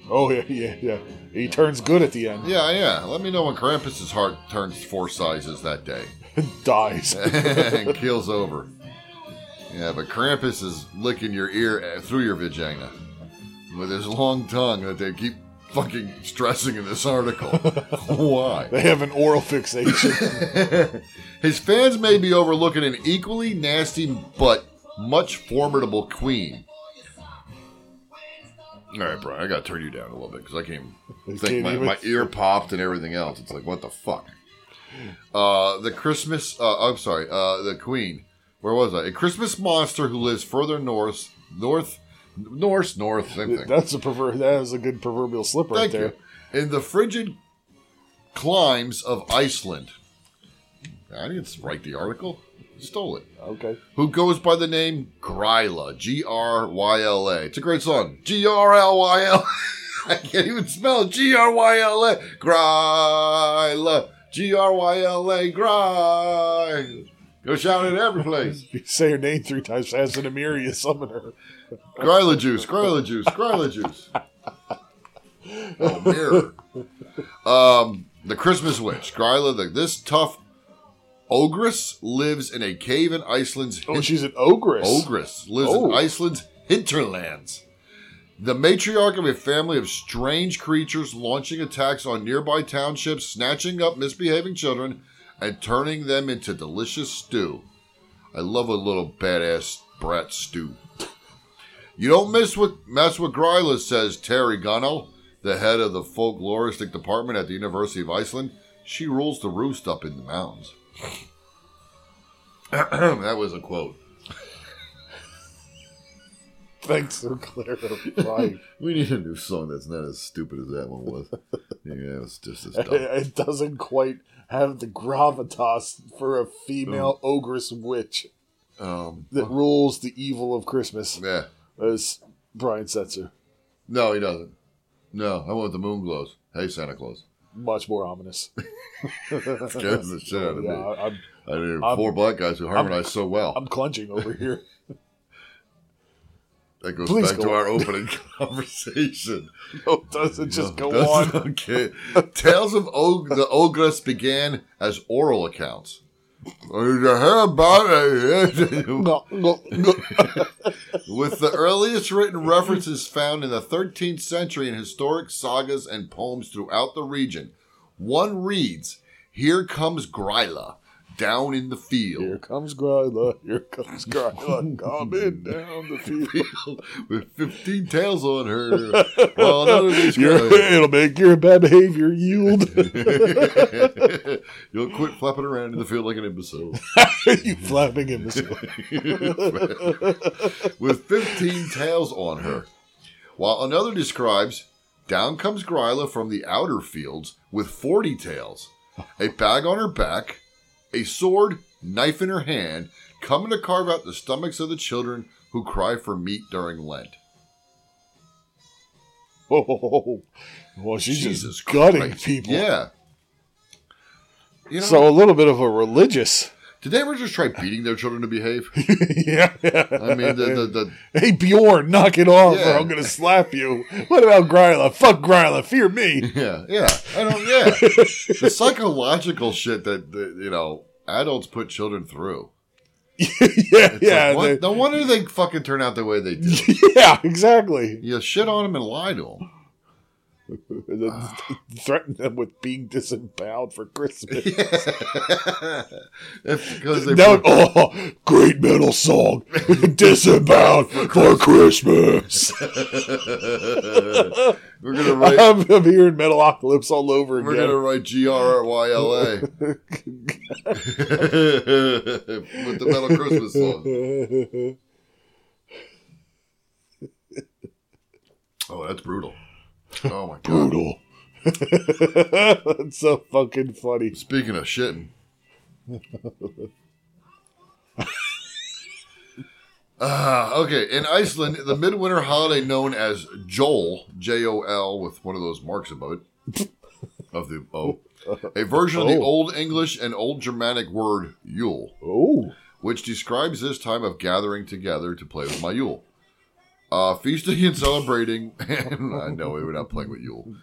oh yeah, yeah, yeah. He turns good at the end.
Yeah, yeah. Let me know when Krampus's heart turns four sizes that day.
Dies.
*laughs* and keels over. Yeah, but Krampus is licking your ear uh, through your vagina with his long tongue that they keep fucking stressing in this article. Why?
*laughs* they have an oral
*laughs*
fixation.
His fans may be overlooking an equally nasty but much formidable queen. All right, Brian, I gotta turn you down a little bit because I can't
You
think
can't
my,
even-
my ear popped and everything else. It's like what the fuck. Uh, the Christmas. Uh, I'm sorry. Uh, the Queen. Where was I? A Christmas monster who lives further north, north, north, north. Same thing.
That's a perver- that is a good proverbial slip right
Thank
there.
you. In the frigid climes of Iceland. I didn't write the article. Stole it.
Okay.
Who goes by the name Gryla? G R Y L A. It's a great song. G R L Y L. *laughs* I can't even spell G R Y L A. Gryla. G R Y L A. Gry. Go shout it every place.
If you say her name three times fast in a mirror, you summon her.
Gryla juice, Gryla juice, Gryla juice. *laughs* Oh, mirror. Um, the Christmas witch, Gryla. The, this tough ogress lives in a cave in Iceland's.
Oh, she's an ogress.
Ogress lives
Oh.
in Iceland's hinterlands. The matriarch of a family of strange creatures launching attacks on nearby townships, snatching up misbehaving children, and turning them into delicious stew. I love a little badass brat stew. You don't mess with mess with Gryla, says Terry Gunnell, the head of the folkloristic department at the University of Iceland. She rules the roost up in the mountains. *clears throat* that was a quote.
Thanks for
*laughs*
clarifying.
We need a new song that's not as stupid as that one was. yeah, it was just as
it,
dumb.
it doesn't quite have the gravitas for a female ogress witch
Um,
that rules the evil of Christmas,
yeah.
as Brian Setzer.
No, he doesn't. No, I want the moon glows. Hey, Santa Claus.
Much more ominous.
*laughs* Scares the shit out of
Yeah,
me.
I- I'm,
I knew
I'm-
four black guys who harmonize so well.
I'm clenching over here. *laughs*
that goes
please
back
go
to our
on.
opening *laughs* conversation.
No, it doesn't just go
That's-
on.
*laughs* Okay. Tales of Og- the Ogress began as oral accounts. *laughs*
No, no,
*laughs*
no.
With the earliest written references found in the 13th century in historic sagas and poems throughout the region, one reads, Here comes Gryla down in the
Here
field.
comes Gryla. Here comes Gryla.
*laughs*
Coming down the field.
With 15 tails on her. Well, none of these
Your- it'll make your bad behavior yield.
*laughs*
*laughs*
You'll quit flapping around in the field like an imbecile.
you flapping him.
*laughs* with 15 tails on her. While another describes, down comes Gryla from the outer fields with 40 tails, a bag on her back, a sword, knife in her hand, coming to carve out the stomachs of the children who cry for meat during Lent.
*laughs* Oh, well, she's
Jesus
just gutting
Christ.
people.
Yeah. You know,
So a little bit of a religious. *laughs*
did they ever just try beating their children to behave?
yeah.
I mean, the, the, the,
hey Bjorn, knock it off,
Yeah.
or I'm gonna slap you. What about Gryla? Fuck Gryla, fear me. *laughs*
Yeah, yeah. I don't. Yeah, the psychological shit that, that you know adults put children through.
yeah,
It's
yeah,
like, what-
they-
no wonder they fucking turn out the way they do.
yeah,
*sighs*
exactly.
you shit on them and lie to *laughs* them.
Threaten them with being disemboweled for
*laughs*
Christmas.
because they
That would- oh, great metal song, disemboweled for Christmas.
*laughs* *laughs* we're gonna write.
I'm, I'm hearing Metalocalypse all over
We're gonna
again.
write G R R Y L
*laughs*
A *laughs* with the metal Christmas song. Oh, that's brutal. Oh my god.
*laughs* Brutal. *laughs* That's so fucking funny.
Speaking of shitting. *laughs* Ah, okay, in Iceland, the midwinter holiday known as Joel, J O L, with one of those marks above it, of the O, a version of the
Oh.
Old English and Old Germanic word Yule,
Oh,
which describes this time of gathering together to play with my Yule. Uh, feasting and celebrating, *laughs* and I know we were not playing with Yule.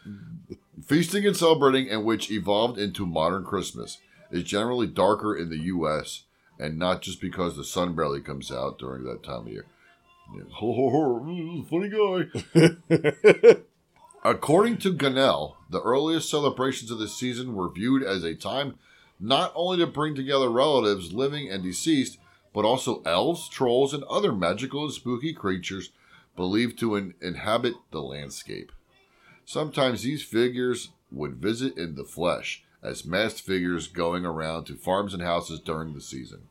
Feasting and celebrating, and which evolved into modern Christmas, is generally darker in the U.S. and not just because the sun barely comes out during that time of year. Yeah, ho, ho, ho, funny guy. According to Gunnell, the earliest celebrations of the season were viewed as a time not only to bring together relatives, living and deceased, but also elves, trolls, and other magical and spooky creatures believed to in- inhabit the landscape. Sometimes these figures would visit in the flesh as masked figures going around to farms and houses during the season.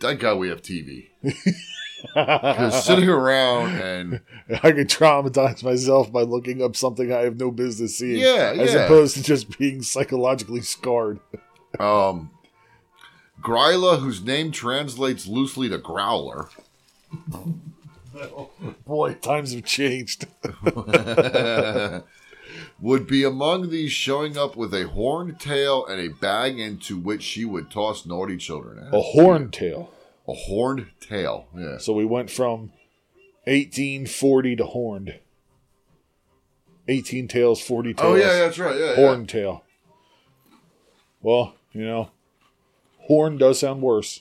Thank God we have TV. Because sitting around and
*laughs* I could traumatize myself by looking up something I have no business seeing.
Yeah,
as
yeah.
opposed to just being psychologically scarred. *laughs*
um, Gryla, whose name translates loosely to growler,
Boy, times have changed. *laughs*
would be among these showing up with a horned tail and a bag into which she would toss naughty children. Eh?
A horn tail.
A horned tail. Yeah.
So we went from 1840 to horned. 18 tails, 40 tails.
Oh yeah, yeah, that's right. Yeah, yeah.
Horn tail. Well, you know, horn does sound worse.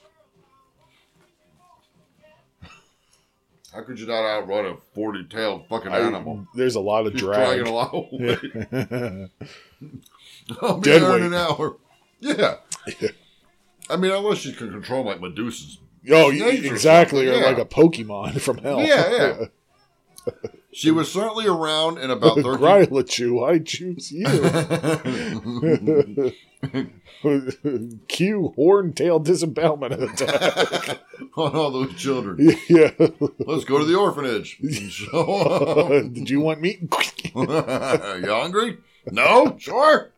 How could you not outrun a forty-tailed fucking animal?
There's a lot of
He's
drag.
dragging a
*laughs*
lot of weight. I'll be
Dead
there in
weight.
an hour. Yeah. I mean, unless you can control 'em like Medusa's.
Oh,
snakes or
exactly, or *laughs*
something, *laughs* yeah.
like a Pokemon from hell. *laughs*
Yeah, yeah. She was certainly around in about 13.
Cryla chew, I choose you. *laughs* Cue horn tail disembowelment
*laughs*
attack.
*laughs* on all those children.
yeah.
Let's go to the orphanage. *laughs* So,
*laughs* Did you want meat?
you hungry? No? Sure.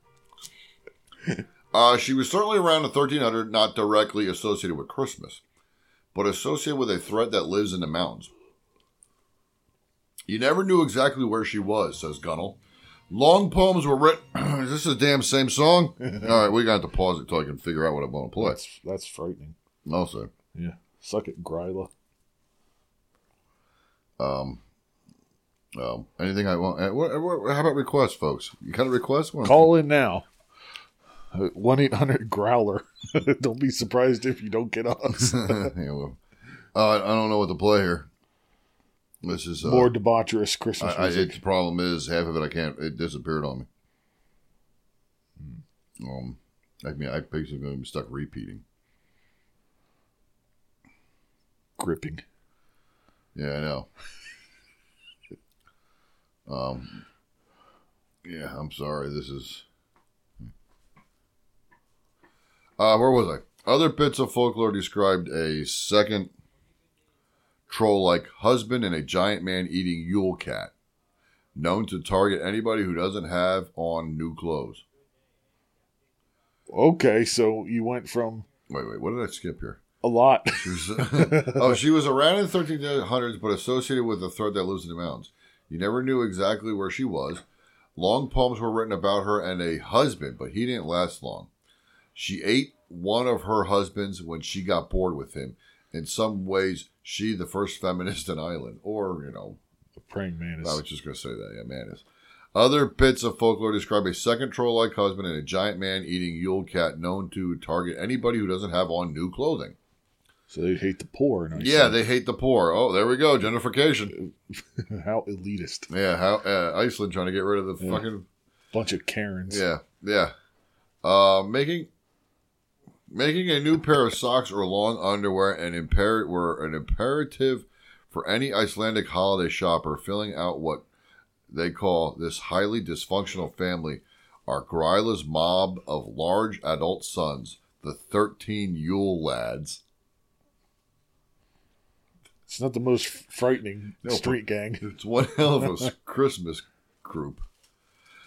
Uh, she was certainly around in 1300, not directly associated with Christmas, but associated with a threat that lives in the mountains. You never knew exactly where she was, says Gunnell. Long poems were written. *clears throat* Is this the damn same song? All right, we got to pause it till I can figure out what I want to play.
that's, that's frightening.
Also,
Yeah. Suck it, Gryla.
um, anything I want. eh, what- what- How about requests, folks? You got a request? What-
Call in now. 1 800 Growler. *laughs* don't be surprised if you don't get us.
*laughs* yeah, well, uh, I don't know what to play here. This is uh,
More debaucherous Christmas
I, I,
music.
it, the problem is half of it I can't. It disappeared on me. Um, I mean, I basically going to be stuck repeating.
Gripping.
Yeah, I know. um, yeah, I'm sorry. This is. Uh, where was I? Other bits of folklore described a second troll like husband and a giant man eating Yule cat, known to target anybody who doesn't have on new clothes.
Okay, so you went from
Wait, wait, what did I skip here?
a lot. *laughs*
She was- *laughs* oh, she was around in the 1300s, but associated with the threat that lives in the mountains. You never knew exactly where she was. Long poems were written about her and a husband, but he didn't last long. She ate one of her husbands when she got bored with him. In some ways, she the first feminist in Ireland, or you know,
The praying mantis.
I was just going to say that. Yeah, man is. Other bits of folklore describe a second troll like husband and a giant man eating Yule cat known to target anybody who doesn't have on new clothing.
so they hate the poor. And I
Yeah, they hate the poor. Oh, there we go, gentrification.
said, *laughs* how elitist.
Yeah, how uh, Iceland trying to get rid of the fucking
Bunch of Karens.
yeah, yeah. Uh, making making a new pair of socks or long underwear an imper- were an imperative for any Icelandic holiday shopper filling out what they call this highly dysfunctional family are Gryla's mob of large adult sons, the thirteen Yule lads.
It's not the most frightening
No,
street gang.
It's one *laughs* hell of a Christmas group.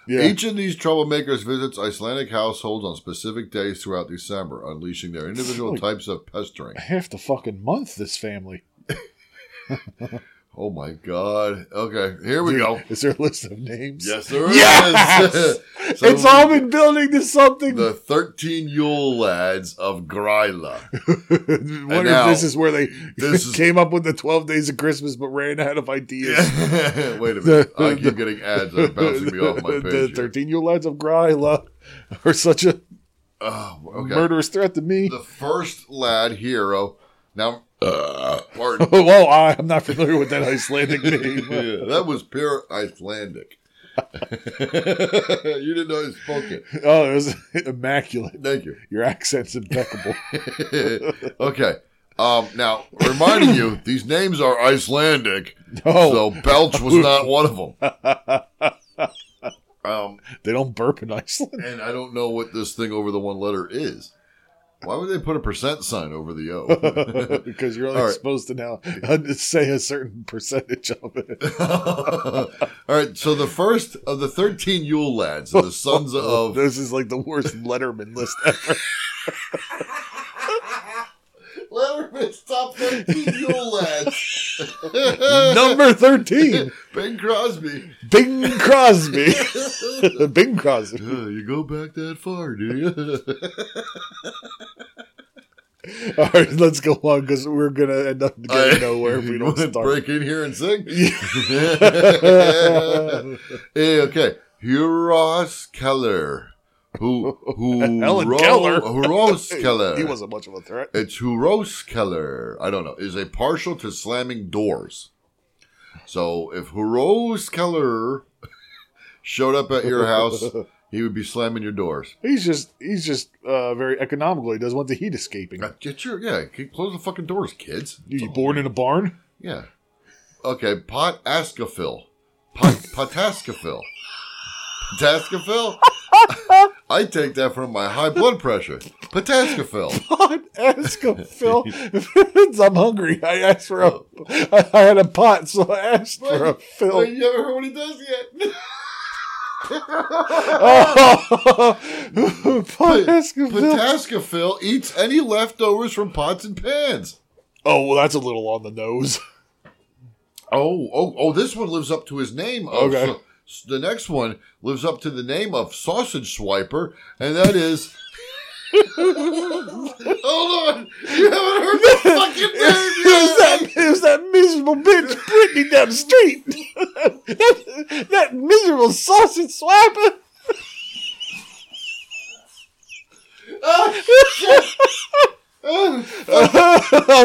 Yeah.
Each of these troublemakers visits Icelandic households on specific days throughout December, unleashing their individual
Like-
types of pestering.
half the fucking month, this family.
Oh my god. Okay, here we go.
Is there a list of names?
Yes, there is.
Yes!
So,
it's all been building to something. *laughs*
*laughs* the 13 Yule lads of Gryla.
Wonder
now-
if this is where they
this
*laughs*
is-
came up with the 12 days of Christmas but ran out of ideas. *laughs*
Wait a minute. I keep getting ads that are bouncing me off my
the
page. here.
13 year old lads of Gryla are such a
Oh, okay.
murderous threat to me. *laughs*
The first lad hero. Now,
Uh. *laughs*
pardon.
Whoa, I- I'm not familiar with that
*laughs*
Icelandic name.
Yeah, that was pure Icelandic. *laughs* you didn't know I spoke it.
Oh, it was *laughs* immaculate.
Thank you.
Your accent's
*laughs*
impeccable.
okay. Um, now, reminding you, these names are Icelandic,
No,
so Belch was not one of them. Um,
they don't burp in Iceland.
and I don't know what this thing over the one letter is. Why would they put a percent sign over
*laughs*
the O? *laughs*
Because you're only
All right.
supposed to now *laughs* uh, say a certain percentage of it.
All right, so the first of the 13 Yule lads, the sons of
This is like the worst Letterman list ever.
Letterman's top 13 Yule lads. *laughs*
Number 13,
Ben Crosby. *laughs*
Bing Crosby. *laughs* Bing Crosby.
Uh, you go back that far,
*laughs*
do you?
All right, let's go on because we're going to end up getting nowhere if we
*laughs* You
don't
wanna
start.
Break in here and
*laughs*
sing. *laughs* hey, okay. Huros Keller.
*laughs*
Who, who,
Helen Keller.
Huros Keller.
*laughs* He wasn't much of a threat.
It's Huroskeller. I don't know. Is a partial to slamming doors. So if Huroskeller *laughs* showed up at your house, he would be slamming your doors.
*laughs* He's just he's just uh, very economical. He doesn't want the heat escaping.
Uh, Get your yeah. keep- Close the fucking doors, kids.
You born in a barn?
Yeah. Okay. Pot Ascophil.
*laughs*
Pot- potaskafil.
*laughs*
Potaskafil? I take that from my high blood pressure. Potaskafil.
pot. Ask him, Phil. I'm hungry. I asked for a. I, I had a pot, so I asked for a
Oh,
Phil.
you haven't heard what he does yet.
*laughs* pot ask him, Phil.
Potaskafil eats any leftovers from pots and pans.
Oh well, that's a little on the nose. *laughs*
Oh, oh, oh! This one lives up to his name. Of, uh,
Okay.
s- the next one lives up to the name of Sausage Swiper, and that is. *laughs* Hold on! You haven't heard the fucking name
*laughs* It was that,
yet.
it was that miserable bitch Brittany down the street. *laughs* that, that miserable sausage swapper. *laughs* I'm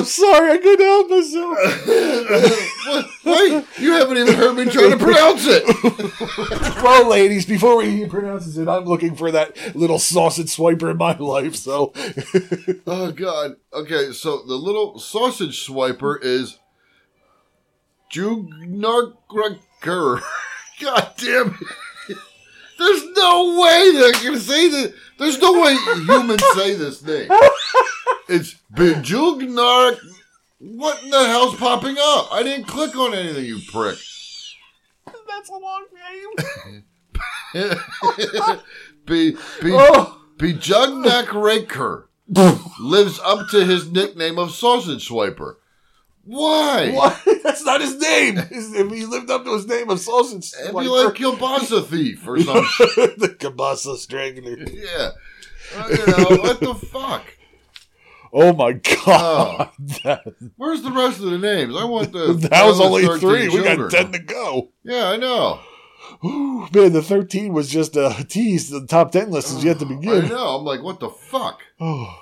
sorry, I couldn't help myself.
Wait, you haven't even heard me try to pronounce it.
Well, ladies, before we he pronounces it, I'm looking for that little sausage swiper in my life.
*laughs*
So,
Oh God. Okay, so the little sausage swiper is Jugnargrucker. *laughs* God damn it. There's no way they're gonna say that. There's no way humans say this name. It's Bejugnar. What in the hell's popping up? I didn't click on anything, you prick.
that's a long name.
*laughs* Be be
Oh.
Bejugnak Raker lives up to his nickname of Sausage Swiper. Why?
What? That's not his name. His- If he lived up to his name of sausage
It'd
swiper,
be like Kielbasa Thief
*laughs*
or some shit.
the kielbasa strangler.
Yeah. Uh, you know, what the fuck?
Oh my god,
Oh.
*laughs* that,
Where's the rest of the names? I want
*laughs*
the.
that
I
was
want
only
the 13
three. We got
children.
ten to go. *gasps*
Yeah, I know.
*laughs* Ooh, man, the 13 was just a tease. to The top 10 list is yet
*sighs*
to
I
begin.
know. I'm like, what the fuck?
Oh.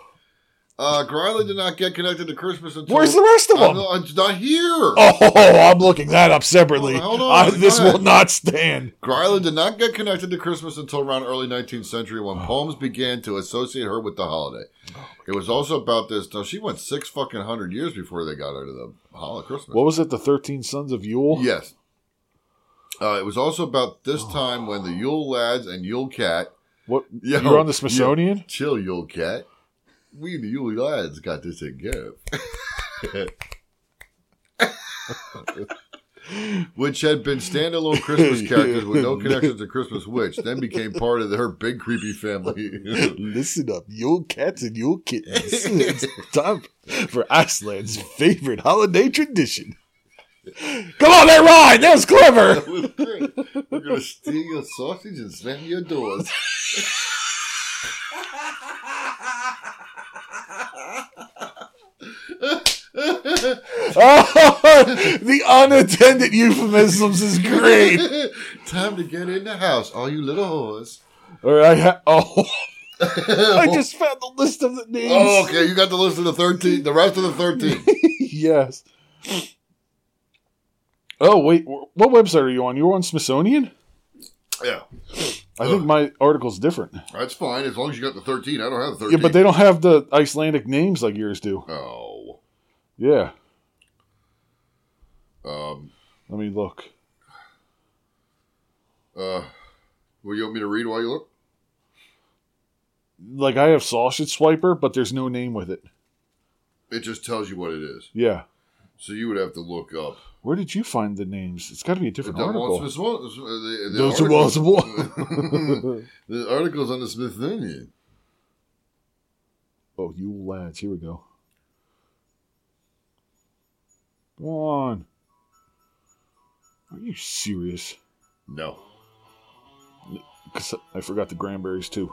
Uh, Griley did not get connected to Christmas
*sighs*
until.
Where's the rest of
I'm
them?
not, it's not here.
Oh, *laughs* I'm looking that up separately.
Hold on,
I-
go
this will
ahead.
not stand.
Greiland did not get connected to Christmas until around early 19th century when poems began to associate her with the holiday. it was also about this. Now she went six fucking hundred years before they got her to the holiday Christmas.
What was it? The 13 Sons of Yule?
yes. Uh, it was also about this time when the Yule lads and Yule cat.
What?
Yo,
you were on the
yo,
Smithsonian?
chill, Yule cat. We the Yule lads got this taken care of. *laughs* Which had been standalone Christmas characters with no connection to Christmas Witch, then became part of her big creepy family.
*laughs*
*laughs*
Listen up, Yule cats and Yule *laughs* kittens. it's time for Iceland's favorite holiday tradition. Come on, that rhymed. That was *laughs* clever.
We're gonna steal your sausage and slam your doors. *laughs*
Oh, the unattended euphemisms is great.
Time to get in the house, all you little whores.
All right. I ha- *laughs* oh, I just found the list of the names.
Oh, okay, you got the list of the thirteen, the rest of the thirteen.
yes. Oh wait, wh- what website are you on? You're on Smithsonian.
Yeah,
I think my article's different.
that's fine as long as you got the thirteen. I don't have
Yeah,
thirteen.
but they don't have the Icelandic names like yours do.
Oh,
Yeah.
um,
Let me look.
uh, will you want me to read while you look?
Like I have sausage swiper, but there's no name with it.
It just tells you what it is,
Yeah.
so you would have to look up.
Where did you find the names? It's got to be a different
Don't want
article.
Smithsonian- uh, the- the
Those are
article-
possible.
*laughs* The article's on the Smithsonian.
Oh, you lads, here we go. Go on. Are you serious?
No. *laughs*
'Cause I forgot the cranberries too.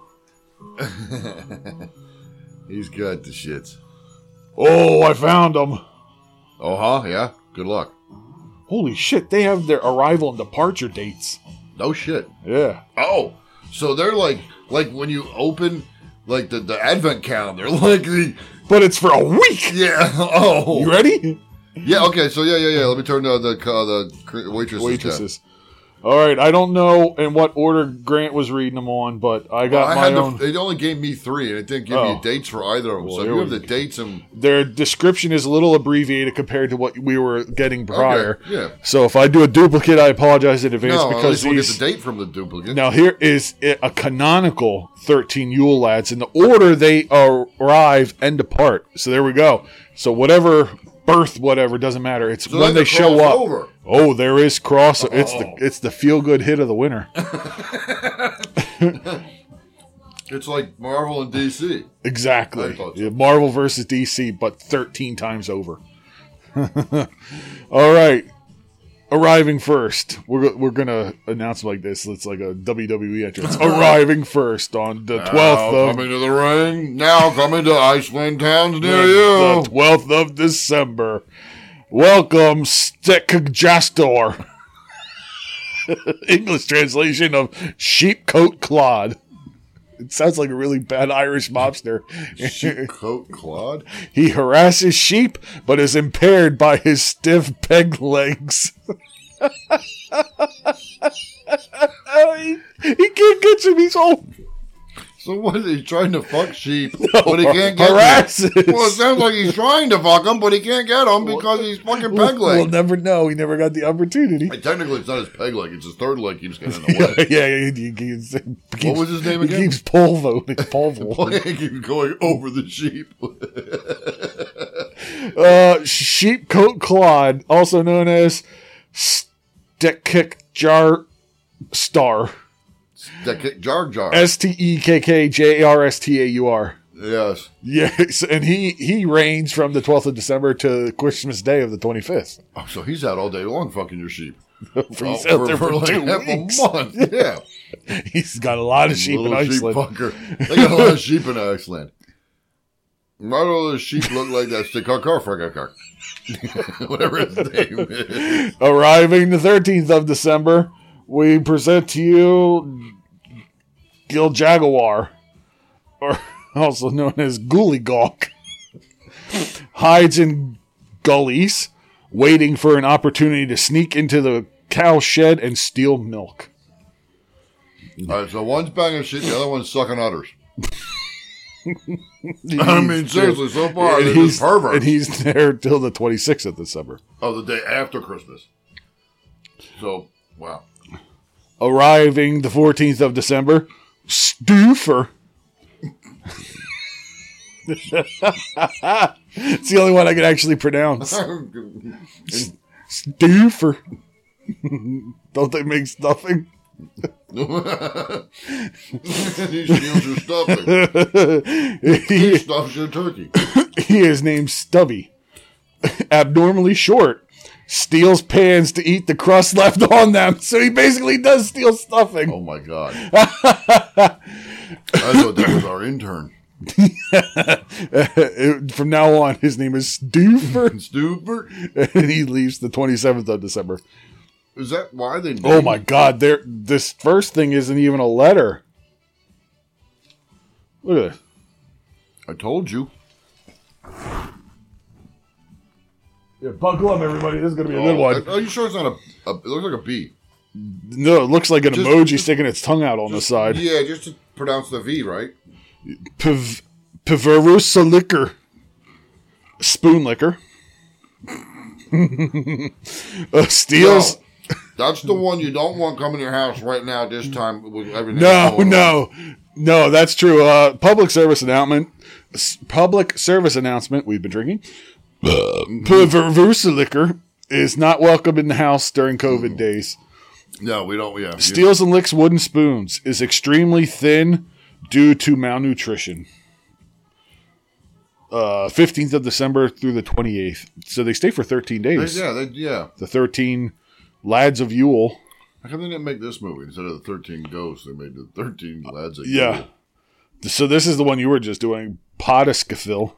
He's got the shits.
Oh, I found them.
Oh, huh? Yeah. Good luck.
Holy shit, they have their arrival and departure dates.
No shit.
Yeah.
Oh, so they're like, like when you open like the, the advent calendar, *laughs* like the
But it's for a week.
yeah. *laughs* Oh,
You ready?
yeah. Okay. So yeah, yeah, yeah. Let me turn the the, uh, the cr- waitresses. down.
Waitresses. All right, I don't know in what order Grant was reading them on, but I got
I
my
had the-
own.
they only gave me three, and it didn't give
Oh.
me dates for either of them.
Well,
so if
there
you have
we
the dates and
Their description is a little abbreviated compared to what we were getting prior.
yeah.
So if I do a duplicate, I apologize in advance
no, at
because
least we'll get
these.
the date from the duplicate.
Now here is i- a canonical 13 Yule lads in the order they arrive and depart. So there we go. So whatever birth whatever doesn't matter. It's
So
when they
that's a
show up.
crossover.
Oh, there is cross it's
Oh.
the it's the feel good hit of the
*laughs*
winter.
It's like Marvel and DC. I
Exactly.
thought so.
Yeah, Marvel versus DC but 13 times over. *laughs* All right. Arriving first. We're, go- we're going to announce like this. It's like a WWE
*laughs*
entrance. Arriving first on the 12th
now
of
coming to the ring. Now coming to Iceland
*laughs*
towns
the
near you.
12th of December. Welcome, Stick Jastor. *laughs* English translation of Sheepcoat Clod. It sounds like a really bad Irish mobster.
Sheep coat Claude.
he harasses sheep, but is impaired by his stiff peg legs. *laughs* he, he can't get him. He's all
So what is he trying to fuck
*laughs*
sheep, but he can't get
harasses.
them? Well, it sounds like he's trying to fuck them, but he can't get them because he's fucking peg
We'll
leg.
never know. He never got the opportunity.
Technically, it's not his peg leg; it's his third leg. He just got in the way.
*laughs* yeah, he, he keeps, he keeps-
was his name
he
again?
keeps pole *laughs* voting. Pole voting.
He keeps going over the sheep.
uh, Sheepcoat Clod, also known as Stick Kick Jar Star.
that kick, jar jar.
S T E K K J A R S T A U R.
yes.
Yes, and he he reigns from the 12th of December to Christmas Day of the 25th.
Oh, so he's out all day long fucking your sheep.
*laughs* He's
Oh,
out there for,
like
two
half
weeks.
a month. Yeah.
He's got a lot of *laughs* sheep in
Little sheep
Iceland.
fucker. They got a lot of sheep in Iceland. Not all the sheep look like that. Stikarkarfrakakar. *laughs* Whatever his name is.
Arriving the 13th of December, we present to you Gil Jaguar, or *laughs* also known as Ghoulie Gawk, hides in gullies, waiting for an opportunity to sneak into the cow shed and steal milk.
All right, so one's banging sheep, the other one's sucking udders. I mean, seriously, so far,
and
this
he's,
is pervert.
and he's *laughs* there till the 26th of December.
oh, the day after Christmas. So, wow. *laughs*
Arriving the 14th of December, Stoofer. *laughs* it's the only one I can actually pronounce. *laughs* Stoofer. *laughs* Don't they make stuffing? *laughs*
he steals your
*laughs*
stuffing. He
he,
stuffs your turkey.
he is named Stubby. *laughs* Abnormally short. Steals pans to eat the crust left *laughs* on them. So he basically does steal stuffing. *laughs*
Oh my god! I thought that was our intern.
It- from now on, his name is Stoofer, *laughs*
Stupid.
and he leaves the 27th of December.
Is that why they?
Oh my God! There, this first thing isn't even a letter. Look at that.
I told you.
Yeah, buckle up, everybody. This is gonna be a good one.
Are you sure it's not a? a it looks like a B.
No, it looks like an
Just-
emoji
just-
sticking its tongue out on the side.
Yeah, just to pronounce the V, right?
Piv- Piverusa liquor. Spoon liquor. *laughs* uh, steals.
No. That's the one you don't want coming to your house right now. at This time with everything. that's
No,
going on.
no, no. That's true. Uh, public service announcement. s- Public service announcement. We've been drinking. Perversa liquor is not welcome in the house during COVID days.
no, we don't. Yeah, you-
Steals and licks wooden spoons. Is extremely thin due to malnutrition. Uh, 15th of December through the 28th. So they stay for 13
They-
days.
yeah, they, yeah.
The 13 lads of Yule.
How come they didn't make this movie instead of the Thirteen Ghosts? They made the Thirteen Lads. That
Yeah. So this is the one you were just doing, Potaskafil.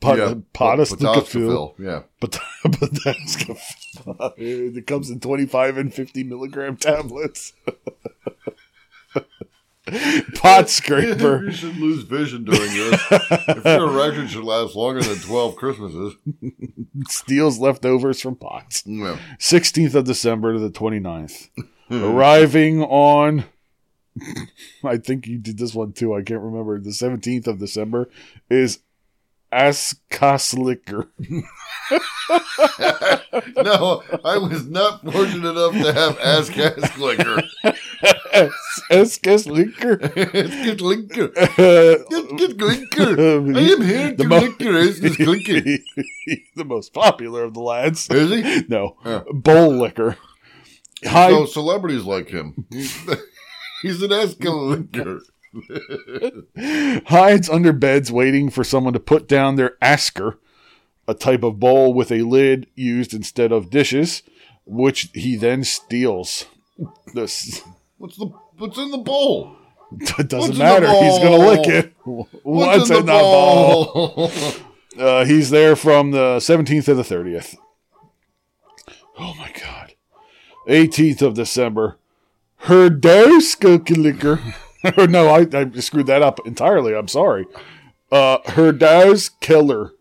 Pot,
yeah.
Potaskafil.
Potaskafil, Yeah.
Pot- Potaskafil. *laughs* It comes in 25 and 50 milligram tablets. *laughs* pot scraper.
*laughs* you should lose vision during this. if
*laughs*
your erection should last longer than 12 Christmases.
steals leftovers from pots.
Well,
16th of December to the 29th.
Hmm.
Arriving on, I think you did this one too. I can't remember. The 17th of December is *laughs* Askaslicker.
no, I was not fortunate enough to have ass gas liquor.
Askaslicker.
it's good liquor.
Uh,
Good, good liquor. I am here to
The mo-
lick your ass with liquor.
*laughs* the most popular of the lads.
Is he?
No.
Yeah. Oh,
Bowl liquor. High
So celebrities like him. *laughs* He's an ass liquor.
hides under beds waiting for someone to put down their asker, a type of bowl with a lid used instead of dishes, which he then steals. This *laughs*
What's the what's in the bowl?
it doesn't
What's in the
matter. He's going to lick it. What's in the bowl? *laughs*
bowl?
Uh, he's there from the 17th to the 30th. Oh my God. 18th of December. Her dose cookie *laughs* liquor. no, I, I screwed that up entirely. I'm sorry. Uh, her dose killer.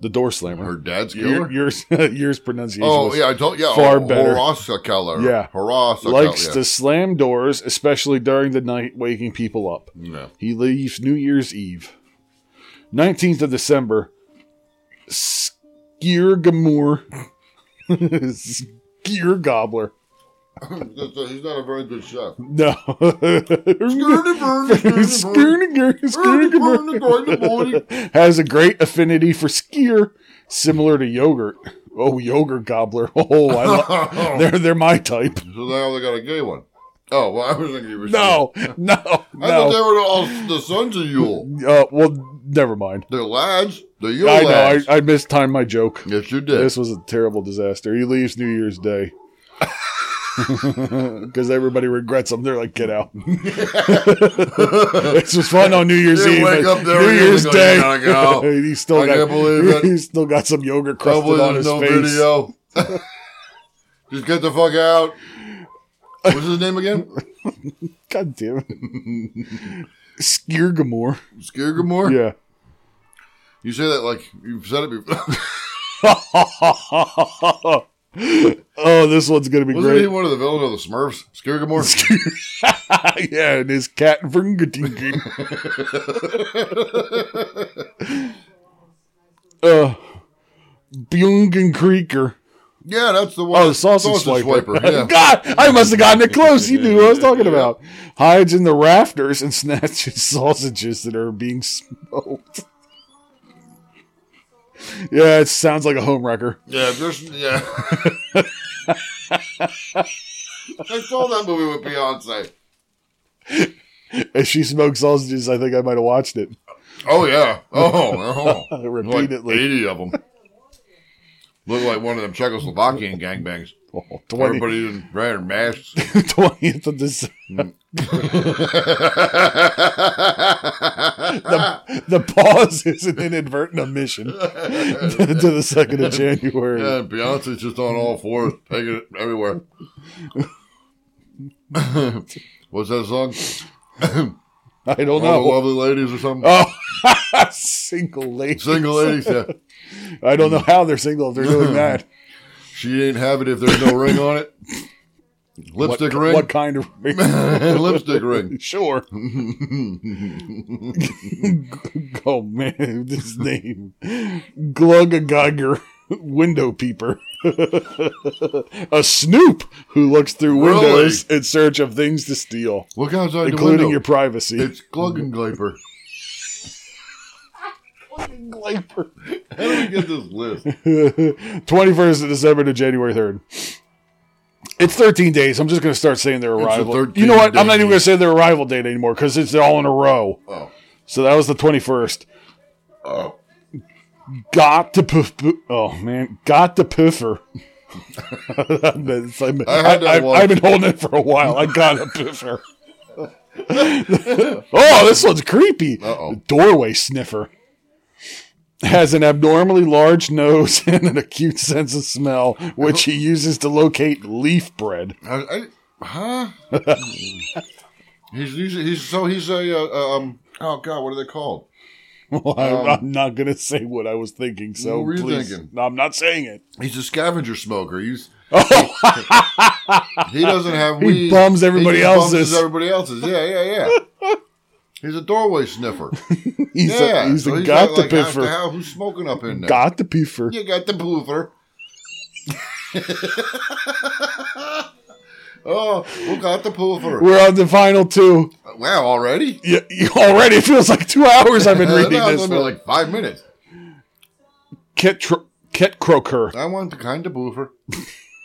The door slammer.
Her dad's
Your,
killer.
yours, *laughs* yours pronunciation.
oh
was-
yeah, I told yeah.
far
oh,
better.
Horace Keller.
Yeah.
Horace
likes
Keller,
to slam doors, especially during the night, waking people up.
yeah. Yeah.
He leaves New Year's Eve. 19th of December, *laughs* Skiergamore. Skiergobbler.
That's a- he's not a very good chef.
No. Skierniger- Skierniger Has a great affinity for skier, similar to yogurt. Oh, yogurt gobbler. *laughs* Oh, I
*laughs*
lo- they're, they're my type.
So now they got a gay one. Oh well, I was thinking you were
No, no,
I thought they
no.
were all the sons of Yule.
Uh, well, never mind.
They're lads. They're Yule
I
lads.
know. I, I mistimed my joke.
yes, you did.
This was a terrible disaster. He leaves New Year's Day.
*laughs*
*laughs* Because everybody regrets him. They're like, get out. *laughs* this was fun on New Year's
You
Eve.
wake
but
up there
New
and
Year's
you go,
Day.
"Gotta go."
*laughs* he's still
I
got,
can't believe
*laughs*
it.
He's still got some yogurt crusted
Probably
on
there's
his
no
face.
video. *laughs* Just get the fuck out. What's his name again?
God damn it.
*laughs*
Skiergamore.
Skirgamore?
Yeah. *laughs*
You say that like you've said it before. *laughs*
oh, this one's going to be
Wasn't he
great.
one of the villains of the Smurfs? Skirgamore?
*laughs* yeah, and his cat Vringatinkin. uh, Bungen Creeker.
yeah, that's the one.
Oh, the sausage, swiper. *laughs*
Yeah.
God, I must have gotten it close. You knew what I was talking about. Hides in the rafters and *laughs* snatches sausages that are being smoked. yeah, it sounds like a home wrecker.
Yeah, there's yeah.
*laughs*
I saw that movie with Beyonce.
If she smoked sausages, I think I might have watched it. *laughs*
Oh yeah. Oh, oh.
Repeatedly.
Like Eighty of them. Look like one of them Czechoslovakian gangbangs.
Oh, 20, *laughs*
Everybody in wearing masks.
20th of December. the, the pause *laughs* is an inadvertent omission *laughs* to the 2nd of January.
Yeah, Beyonce's just on all fours, taking it everywhere. *laughs* What's that song?
I don't
All the
know.
lovely ladies or something.
Oh, *laughs* single lady.
Single ladies. Yeah.
I don't know how they're single if they're
*laughs*
doing that.
She ain't have it if there's no ring
*laughs*
on it. Lipstick ring. *laughs*
What kind of ring?
Lipstick ring. *laughs*
Sure. *laughs* oh, man, this name. Glug Geiger, window peeper. *laughs* a snoop who looks through
Really?
windows in search of things to steal,
Look outside
including
the window.
your privacy. *laughs*
It's Gluggengliper. How do we get this list?
*laughs* 21st of December to January 3rd. It's 13 days. I'm just going to start saying their
a
arrival.
13
You know what? I'm not even going
days.
to say their arrival date anymore because it's all in a row.
Oh.
So that was the 21st.
Oh.
Got to poof. poof- Oh, man. Got to poofer. *laughs* I've been- it's like-
I had that
I- I-
one.
I've been holding it for a while. I got a poofer. *laughs* oh, this one's creepy.
Uh-oh.
Doorway sniffer. Has an abnormally large nose *laughs* and an acute sense of smell, which he uses to locate leaf bread.
I, I, huh? He's usually he's so he's a uh, um oh god what are they called?
*laughs* Well, I,
Um,
I'm not gonna say what I was thinking. So
What were you
please,
thinking?
No, I'm not saying it. *laughs*
He's a scavenger smoker. He's
Oh,
he doesn't have
He
weed.
bums everybody
just bums
else's.
everybody else's. Yeah, yeah, yeah.
*laughs*
he's a doorway sniffer.
he's
yeah,
a he's
so
a
got,
got the
like, half the
piffer.
house- Who's smoking up in there?
Got the piffer.
You got the poofer. *laughs* oh, we got the poofer.
We're on the final two.
Wow, already?
Yeah, you- already it feels like two hours I've been
Uh,
reading
*laughs* no, it's
this.
only
one.
like five minutes.
Ket, Tro- Ket Croker.
I want the kind of poofer.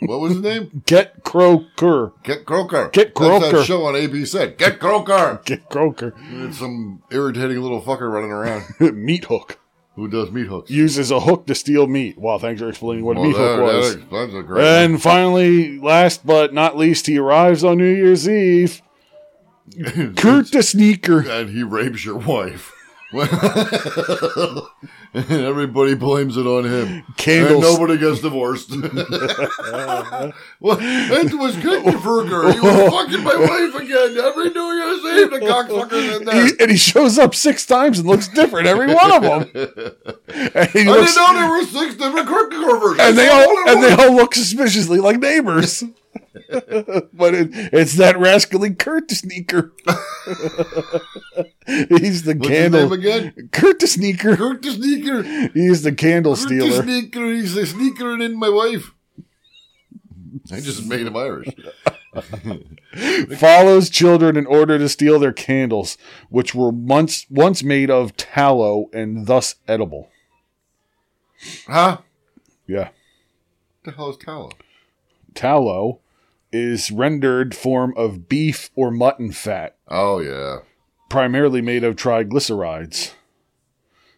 What was his name? *laughs*
Ket Croker.
Get Croker.
Get
That's
Croker.
that show on ABC. Get Croker.
Ket Croker.
It's some irritating little fucker running around
*laughs* meat hook.
who does meat hooks.
Uses a hook to steal meat. Wow, thanks for explaining what a meat hook
that-
was.
That explains it great. *laughs*
And finally, last but not least, he arrives on New Year's Eve. Kurt the Sneaker.
and he rapes your wife. *laughs* and everybody blames it on him.
Candles.
And nobody gets
*laughs*
divorced. well, it was Kinderberger. He
*laughs*
was fucking my wife again every New Year's Eve. The cocksucker's in there.
He, and he shows up six times and looks different every one of
*laughs*
them. And, he
I
looks-
didn't know there were six different Kirkcovers.
and they all and they all look suspiciously like neighbors. *laughs* but it, it's that rascally Kurt the Sneaker. *laughs* He's the
What's his name
candle.
again?
Kurt the Sneaker.
Kirk the Sneaker. Kirk
He's the candle
the
stealer.
Sneaker. He's a sneakering in my wife. I just made him Irish.
follows children in order to steal their candles, which were once once made of tallow and thus edible.
Huh?
Yeah,
the hell is tallow?
tallow is rendered form of beef or mutton fat,
Oh, yeah.
primarily made of triglycerides,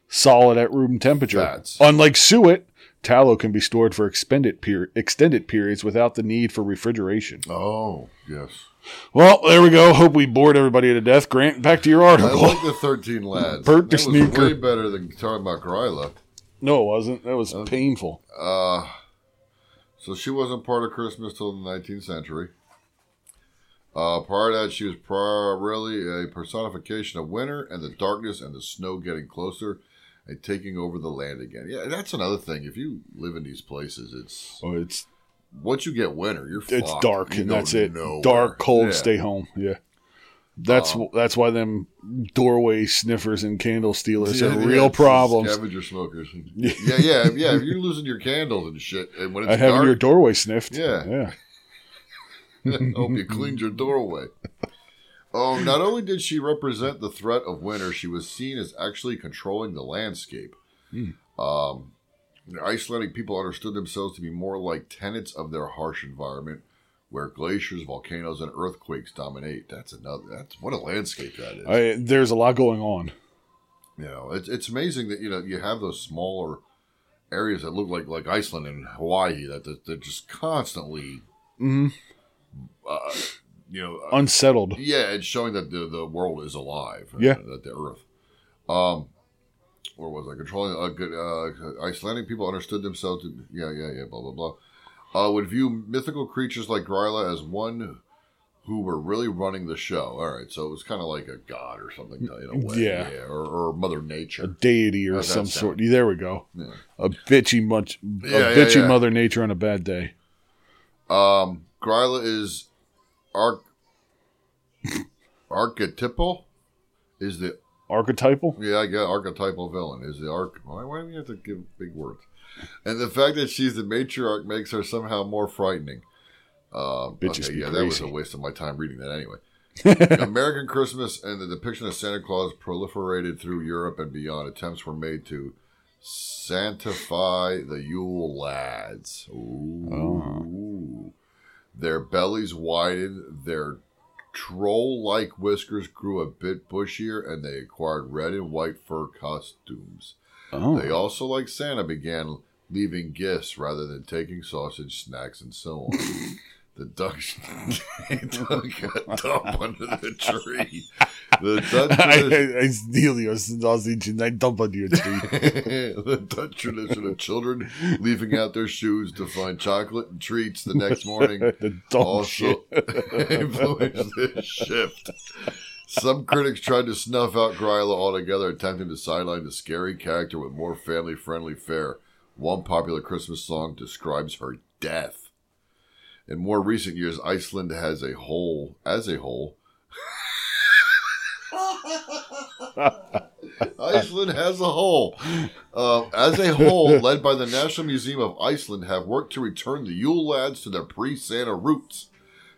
solid at room temperature.
Fats.
Unlike suet, tallow can be stored for expended peri- extended periods without the need for refrigeration.
Oh, yes.
Well, there we go. Hope we bored everybody to death. Grant, back to your
I
article.
like the
*laughs*
13 lads.
Bert the
That was
Sneaker.
way better than talking about Gryla.
no, it wasn't. That was painful.
Uh, so she wasn't part of Christmas till the 19th century. Uh, prior to that, she was primarily a personification of winter and the darkness and the snow getting closer and taking over the land again. Yeah, that's another thing. If you live in these places, it's
Oh, it's
once you get winter, you're
it's
fucked.
dark
You
and
go
that's it.
nowhere.
Dark, cold,
Yeah. Um,
stay home. Yeah. That's wh- that's why them doorway sniffers and candle stealers
*laughs* Yeah,
have
yeah,
real
it's- it's
problems.
Scavenger smokers.
*laughs*
yeah, yeah, yeah. If you're losing your candles and shit, and when it's
At having
dark,
your doorway sniffed.
Yeah.
Yeah.
*laughs* Hope you cleaned your doorway. Um, not only did she represent the threat of winter, she was seen as actually controlling the landscape. Um, the Icelandic people understood themselves to be more like tenants of their harsh environment, where glaciers, volcanoes, and earthquakes dominate. That's another. That's what a landscape that is.
I, there's a lot going on.
you know, it's it's amazing that you know you have those smaller areas that look like like Iceland and Hawaii that that- they're just constantly, Mm-hmm. uh, you know, uh,
Unsettled.
Yeah, it's showing that the, the world is alive. uh,
Yeah.
that the Earth. Um, where was I controlling? Uh, good, uh, Icelandic people understood themselves. To, yeah, yeah, yeah. Blah blah blah. Uh, would view mythical creatures like Gryla as one who were really running the show. All right, so it was kind of like a god or something. In a way.
Mm, Yeah. Uh,
or, or Mother
A
Nature.
deity or
How's that
some
sound?
sort. There we go.
Oh, Yeah.
A bitchy much a
Yeah, yeah,
bitchy
yeah.
mother nature on a bad day.
Um, Gryla is
*laughs*
arch- archetypal. Is the
Archetypal?
Yeah, I get archetypal villain is the arch. Why, why do we have to give big words? And the fact that she's the matriarch makes her somehow more frightening. Um,
Bitches
okay,
be
yeah, that was a
crazy.
waste of my time reading that
*laughs*
anyway. American Christmas and the depiction of Santa Claus proliferated through Europe and beyond. Attempts were made to sanctify the Yule lads. Ooh. Their bellies widened, their troll like whiskers grew a bit bushier, and they acquired red and white fur costumes.
*laughs* Oh.
They also, like Santa, began leaving gifts rather than taking sausage, snacks, and so on. The duck, *laughs* duck got up under the tree. The duck
I,
tradition-
I, I steal yours since I was eating. I dump under your
*laughs*
tree.
the Dutch tradition of children leaving out their shoes to find chocolate and treats the next morning
The *laughs* dumb
also *laughs* influenced this shift. Some critics tried to snuff out Gryla altogether, attempting to sideline the scary character with more family friendly fare. One popular Christmas song describes her death. In more recent years, Iceland has a whole, as a whole, Iceland has a whole. Uh, as a whole, led by the National Museum of Iceland, have worked to return the Yule lads to their pre Santa roots,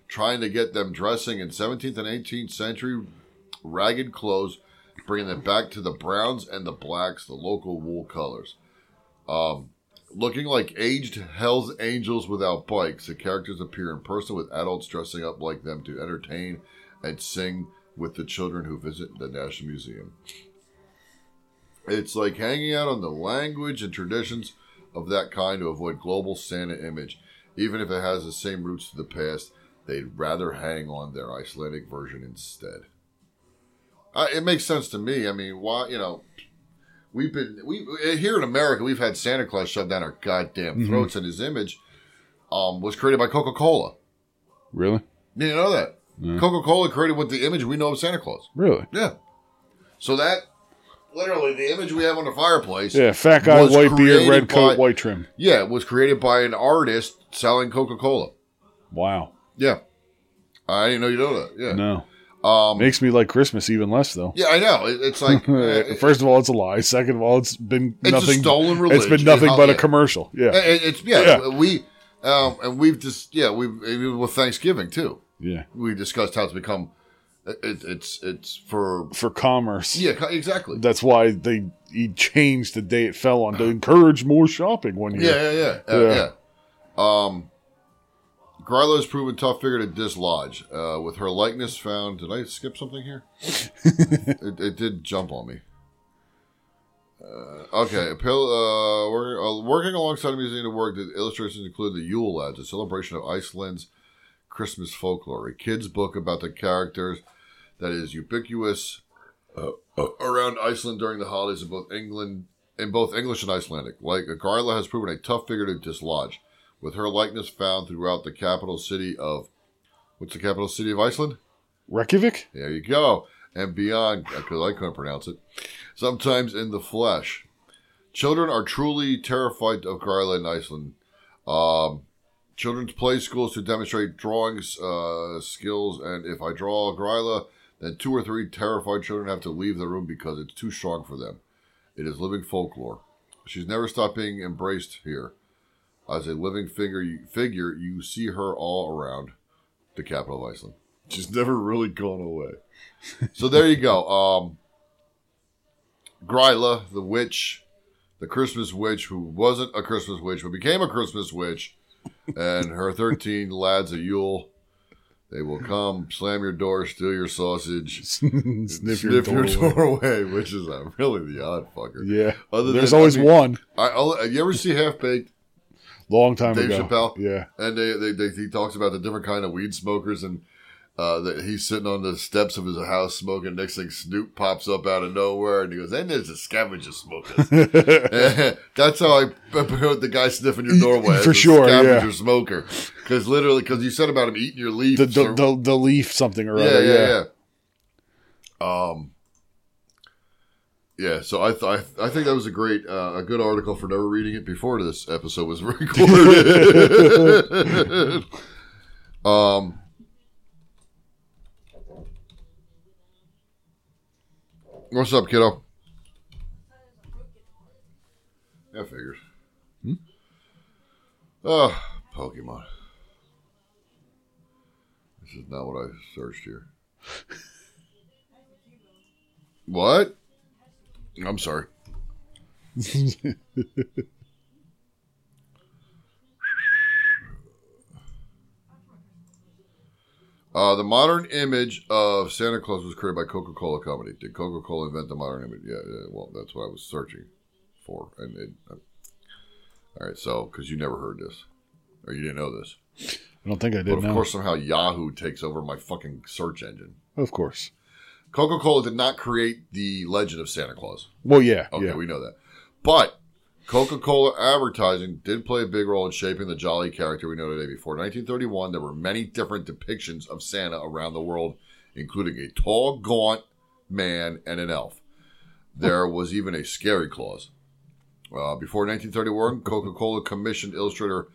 trying to get them dressing in 17th and 18th century ragged clothes, bringing them back to the browns and the blacks, the local wool colors. Um, looking like aged Hell's Angels without bikes, the characters appear in person with adults dressing up like them to entertain and sing with the children who visit the National Museum. It's like hanging out on the language and traditions of that kind to avoid global Santa image. Even if it has the same roots to the past, they'd rather hang on their Icelandic version instead. Uh, it makes sense to me. I mean, why, you know, we've been, we eh, here in America, we've had Santa Claus shove down our
Mm-hmm.
goddamn throats, and his image um, was created by Coca Cola.
Really?
You didn't know that? Coca Cola created with the image we know of Santa Claus.
Really?
Yeah. So that literally the image we have on the fireplace.
Yeah, fat guy,
was
white beard,
created
red coat,
by-
white trim.
Yeah, was created by an artist selling Coca Cola.
Wow.
Yeah. I didn't know you know that. Yeah.
No.
Um,
Makes me like Christmas even less, though.
Yeah, I know. It,
*laughs*
it's like uh,
First of all, it's a lie. Second of all, it's been
It's a
nothing.
stolen
It's been
religion.
nothing
Oh,
but a
yeah.
commercial. Yeah.
Uh, it- it's yeah,
Yeah.
we um, and we've just yeah we even with Thanksgiving too.
yeah.
We discussed how it's become. It, it's it's for
For commerce.
yeah co- exactly
That's why they he changed the day it fell on to encourage more shopping one year.
Yeah, yeah, yeah. Uh,
Yeah.
yeah. Um, Gryla's proven tough figure to dislodge. Uh, with her likeness found. Did I skip
*laughs*
something here? it, it did jump on me. Uh, okay, a pill, uh, working, uh, working alongside a museum of work, the illustrations include the Yule Lads, a celebration of Iceland's Christmas folklore, a kid's book about the characters that is ubiquitous uh, around Iceland during the holidays in both England in both English and Icelandic. Like Garla has proven a tough figure to dislodge, with her likeness found throughout the capital city of what's the capital city of Iceland? *laughs*
Reykjavik?
There you go, and beyond because I couldn't pronounce it. Sometimes in the flesh, children are truly terrified of Garla in Iceland. Um, children's play schools to demonstrate drawing uh, skills, and if I draw Gryla, then two or three terrified children have to leave the room because it's too strong for them. It is living folklore. She's never stopped being embraced here. As a living figure, figure, you see her all around the capital of Iceland. She's never really gone away. so there you go. Um, Gryla, the witch, the Christmas witch, who wasn't a Christmas witch, but became a Christmas witch, and her 13 lads of Yule. They will come, slam your door, steal your sausage,
Sniff,
sniff your
door away.
doorway, which is uh, really the odd fucker.
Yeah.
Other
There's
than-
always
I mean-
one.
I, I'll, you ever see Half Baked?
Long time
Dave
ago.
Chappelle? *laughs*
Yeah. *laughs*
And they, they, they he talks about the different kind of weed smokers and uh, that he's sitting on the steps of his house smoking. Next thing Snoop pops up out of nowhere and he goes, "And there's a scavenger smoker."
*laughs*
That's how I put the guy sniffing your doorway
For
as a
sure, yeah.
scavenger smoker. Because literally, because you said about him eating your leaves.
The, the,
or-
the, the leaf something or
yeah,
other.
yeah, yeah. Um, yeah. So I, th- I, th- I think that was a great, uh, a good article for never reading it before this episode was *laughs* recorded. um. What's up, kiddo? That figures.
Hmm?
Oh, Pokemon. This is not what I searched here. what? I'm sorry. *laughs* Uh, the modern image of Santa Claus was created by Coca Cola Company. Did Coca Cola invent the modern image? Yeah, yeah, well, that's what I was searching for. uh, And it, all right, so because you never heard this, or you didn't know this,
I don't think I did.
But of
no.
course, somehow Yahoo takes over my fucking search engine.
Of course.
Coca Cola did not create the legend of Santa Claus.
Well, yeah,
Okay,
yeah.
we know that. But Coca Cola advertising did play a big role in shaping the jolly character we know today. Before 1931, there were many different depictions of Santa around the world, including a tall, gaunt man and an elf. There was even a scary Claus. Uh, before 1931, Coca Cola commissioned illustrator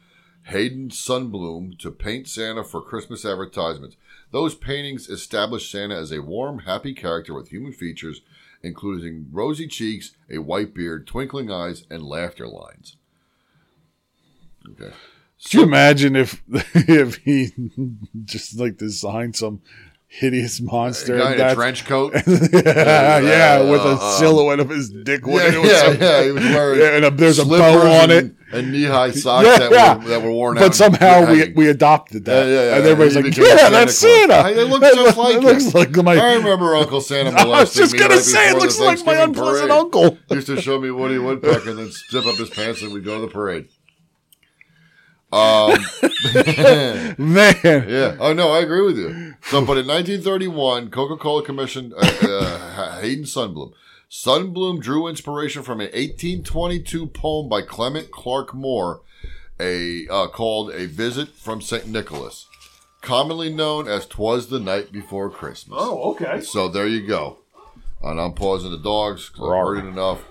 Hayden Sunbloom to paint Santa for Christmas advertisements. Those paintings established Santa as a warm, happy character with human features, including rosy cheeks, a white beard, twinkling eyes, and laughter lines. Okay.
Could you imagine if *laughs* if he *laughs* just like designed some hideous
A
monster?
guy in a
that's-
trench *laughs* coat.
*laughs*
*laughs*
yeah, yeah, with a
Uh,
silhouette of his dick.
Yeah,
with it or
yeah,
something.
yeah, he was wearing
Yeah, and a, there's a
slippers
bow on it.
and- and knee-high socks that, Were, that were worn out.
But
and
somehow we,
hanging.
we adopted
Yeah,
that.
yeah, yeah.
And everybody's
He
like,
became
yeah,
Santa
that's
Claus."
Santa.
I- it looks
That
just
look-
like
it
him.
looks like my.
I remember Uncle Santa molesting
*laughs* I was just
me
gonna
right
say, it
before
looks
the
like my
Thanksgiving
unpleasant
parade. *laughs*
uncle.
Used to show me Woody Woodpecker and then zip up his pants and we'd go to the parade. Um,
Man. *laughs*
yeah. Oh, no, I agree with you. So, but in 1931, Coca Cola commissioned uh, uh, *laughs* Hayden Sunblum. Sunblum drew inspiration from an 1822 poem by Clement Clark Moore a uh, called A Visit from St. Nicholas, commonly known as Twas the Night Before Christmas.
Oh, okay.
So there you go. And I'm pausing the dogs 'cause I've heard it enough.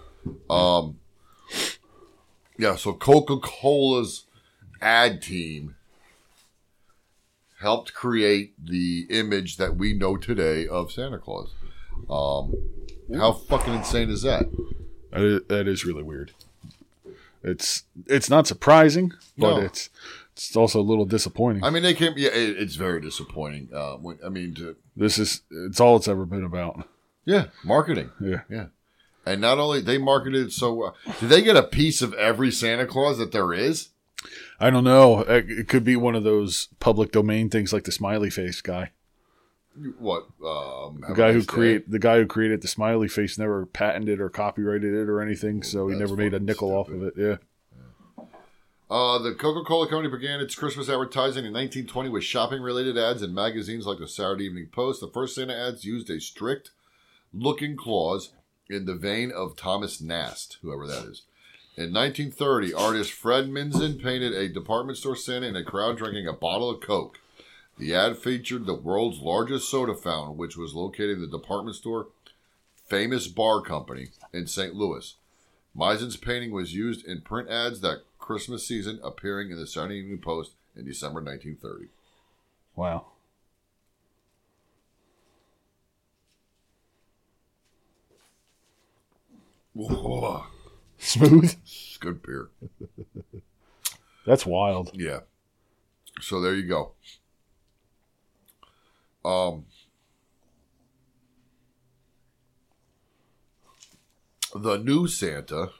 Um, yeah, so Coca Cola's ad team helped create the image that we know today of Santa Claus. Um, how fucking insane is that?
That is, that is really weird. It's it's not surprising, but
No.
it's it's also a little disappointing.
I mean, they came. Yeah, it, it's very disappointing. Uh, when- I mean, to,
this is it's all it's ever been about.
yeah, marketing.
Yeah.
Yeah. And not only they marketed it so well, did they get a piece of every Santa Claus that there is?
I don't know. It it could be one of those public domain things like the smiley face guy.
What um,
The guy who create the guy who created the smiley face never patented or copyrighted it or anything, so he
That's
never made a
fucking
nickel off of it. Yeah.
Uh, the Coca Cola Company began its Christmas advertising in 1920 with shopping related ads in magazines like the Saturday Evening Post. The first Santa ads used a strict looking clause in the vein of Thomas Nast, whoever that is. In 1930, artist Fred Minzin painted a department store Santa in a crowd drinking a bottle of Coke. The ad featured the world's largest soda fountain, which was located in the department store Famous Bar Company in St. Louis. Meisen's painting was used in print ads that Christmas season, appearing in the Saturday Evening Post in December 1930.
Wow.
Whoa,
Smooth. *laughs*
it's good beer.
That's wild.
Yeah. So there you go. Um, the new Santa,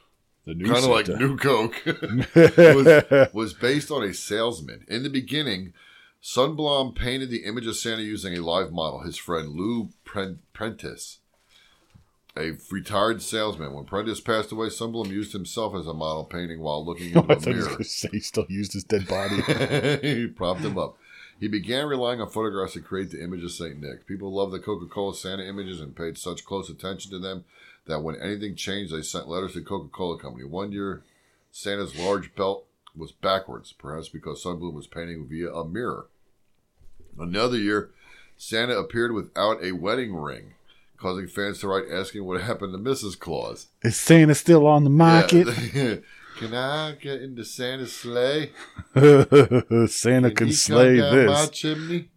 The new
kind of like
Santa. *laughs*
New Coke, was, was based on a salesman. In the beginning, Sunblom painted the image of Santa using a live model, his friend Lou Pren- Prentice, a retired salesman. When Prentice passed away, Sunblom used himself as a model painting while looking
I
into
thought
a
he was
mirror.
gonna say he still used his dead
*laughs*
body.
he propped him up. He began relying on photographs to create the image of St. Nick. People loved the Coca Cola Santa images and paid such close attention to them that when anything changed, they sent letters to Coca Cola Company. One year, Santa's large belt was backwards, perhaps because Sunbloom was painting via a mirror. Another year, Santa appeared without a wedding ring, causing fans to write asking what happened to Mrs. Claus.
Is Santa still on the market? *laughs*
Yeah. *laughs* Can I get into Santa's sleigh?
Santa can
he
slay
come down my
this.
chimney?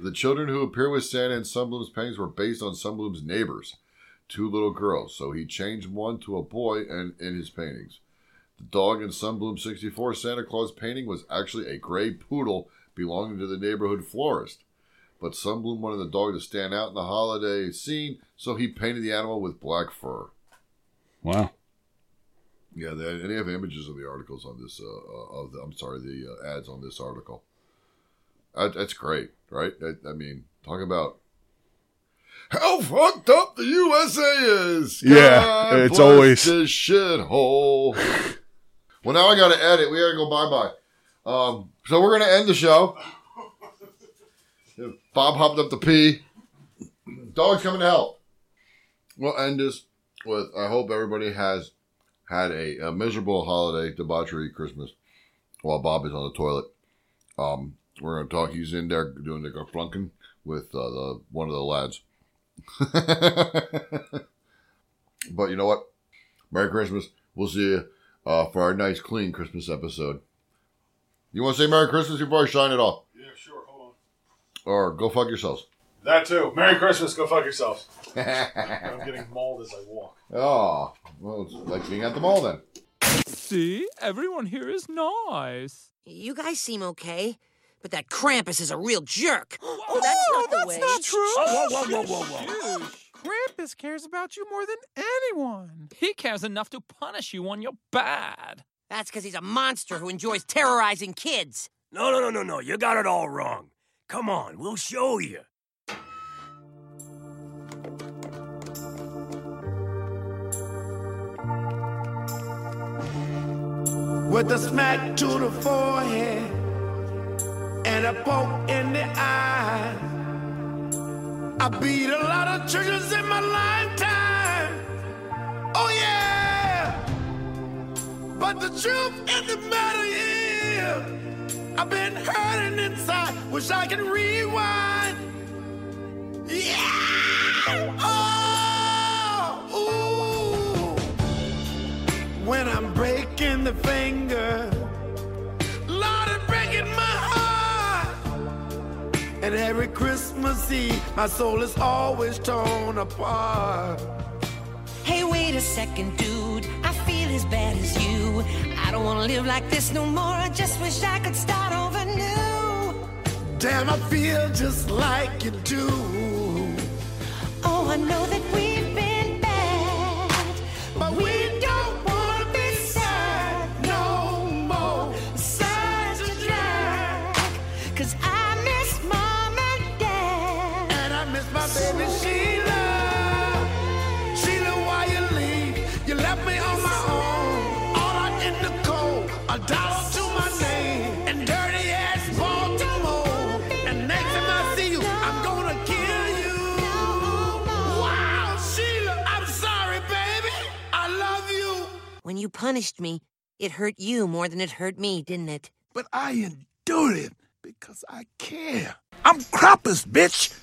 the children who appear with Santa in Sunbloom's paintings were based on Sunbloom's neighbors, two little girls, so he changed one to a boy and in his paintings. The dog in Sunbloom 64 Santa Claus painting was actually a gray poodle belonging to the neighborhood florist. But Sunbloom wanted the dog to stand out in the holiday scene, so he painted the animal with black fur.
Wow.
Yeah, they, and they have images of the articles on this. Uh, uh, of the, I'm sorry, the uh, ads on this article. That, that's great, right? I, I mean, talk about how fucked up the USA is.
Yeah, it's always-
this shithole. well, now I got to edit. We got to go bye bye. Um, so we're gonna end the show. Bob hopped up to pee. Dog's coming to help. We'll end this with I hope everybody has had a, a miserable holiday debauchery Christmas while Bob is on the toilet. Um, we're gonna talk. He's in there doing the flunking with uh, the one of the lads. *laughs* but you know what? Merry Christmas. We'll see you uh, for our nice, clean Christmas episode. You want to say Merry Christmas before I sign it off?
Yeah, sure. Hold on.
Or go fuck yourselves.
That too. Merry Christmas. Go fuck
*laughs*
yourselves. I'm getting mauled as I walk.
Oh, well, it's like being at the mall then.
See, everyone here is nice.
You guys seem okay, but that Krampus is a real *gasps* jerk.
Oh,
that's not the way.
Oh,
whoa, whoa, whoa, whoa, whoa.
Krampus cares about you more than anyone. He cares enough to punish you when you're bad.
That's because he's a monster who enjoys terrorizing kids.
No, no, no, no, no. You got it all wrong. Come on, we'll show you.
with a smack to the forehead and a poke in the eye. I beat a lot of churches in my lifetime. Oh yeah, but the truth is the matter is I've been hurting inside. Wish I could rewind. Yeah. Oh. Ooh when I'm breaking the finger. Lord, it's breaking my heart. And every Christmas Eve, my soul is always torn apart.
Hey, wait a second, dude. I feel as bad as you. I don't want to live like this no more. I just wish I could start over new.
Damn, I feel just like you do.
Oh, I know that we've been bad.
But we don't want to be sad no more.
Such a drag. Cause I miss mom and dad.
And I miss my baby Sheila. Sheila, why you leave? You left me on my own. All out in the cold. A dollar to my name. And dirty ass Baltimore. And next time I see you, I'm gonna kill you. Wow, Sheila, I'm sorry, baby. I love you.
When you punished me, it hurt you more than it hurt me, didn't it?
But I endured it because I care. I'm Krampus, bitch.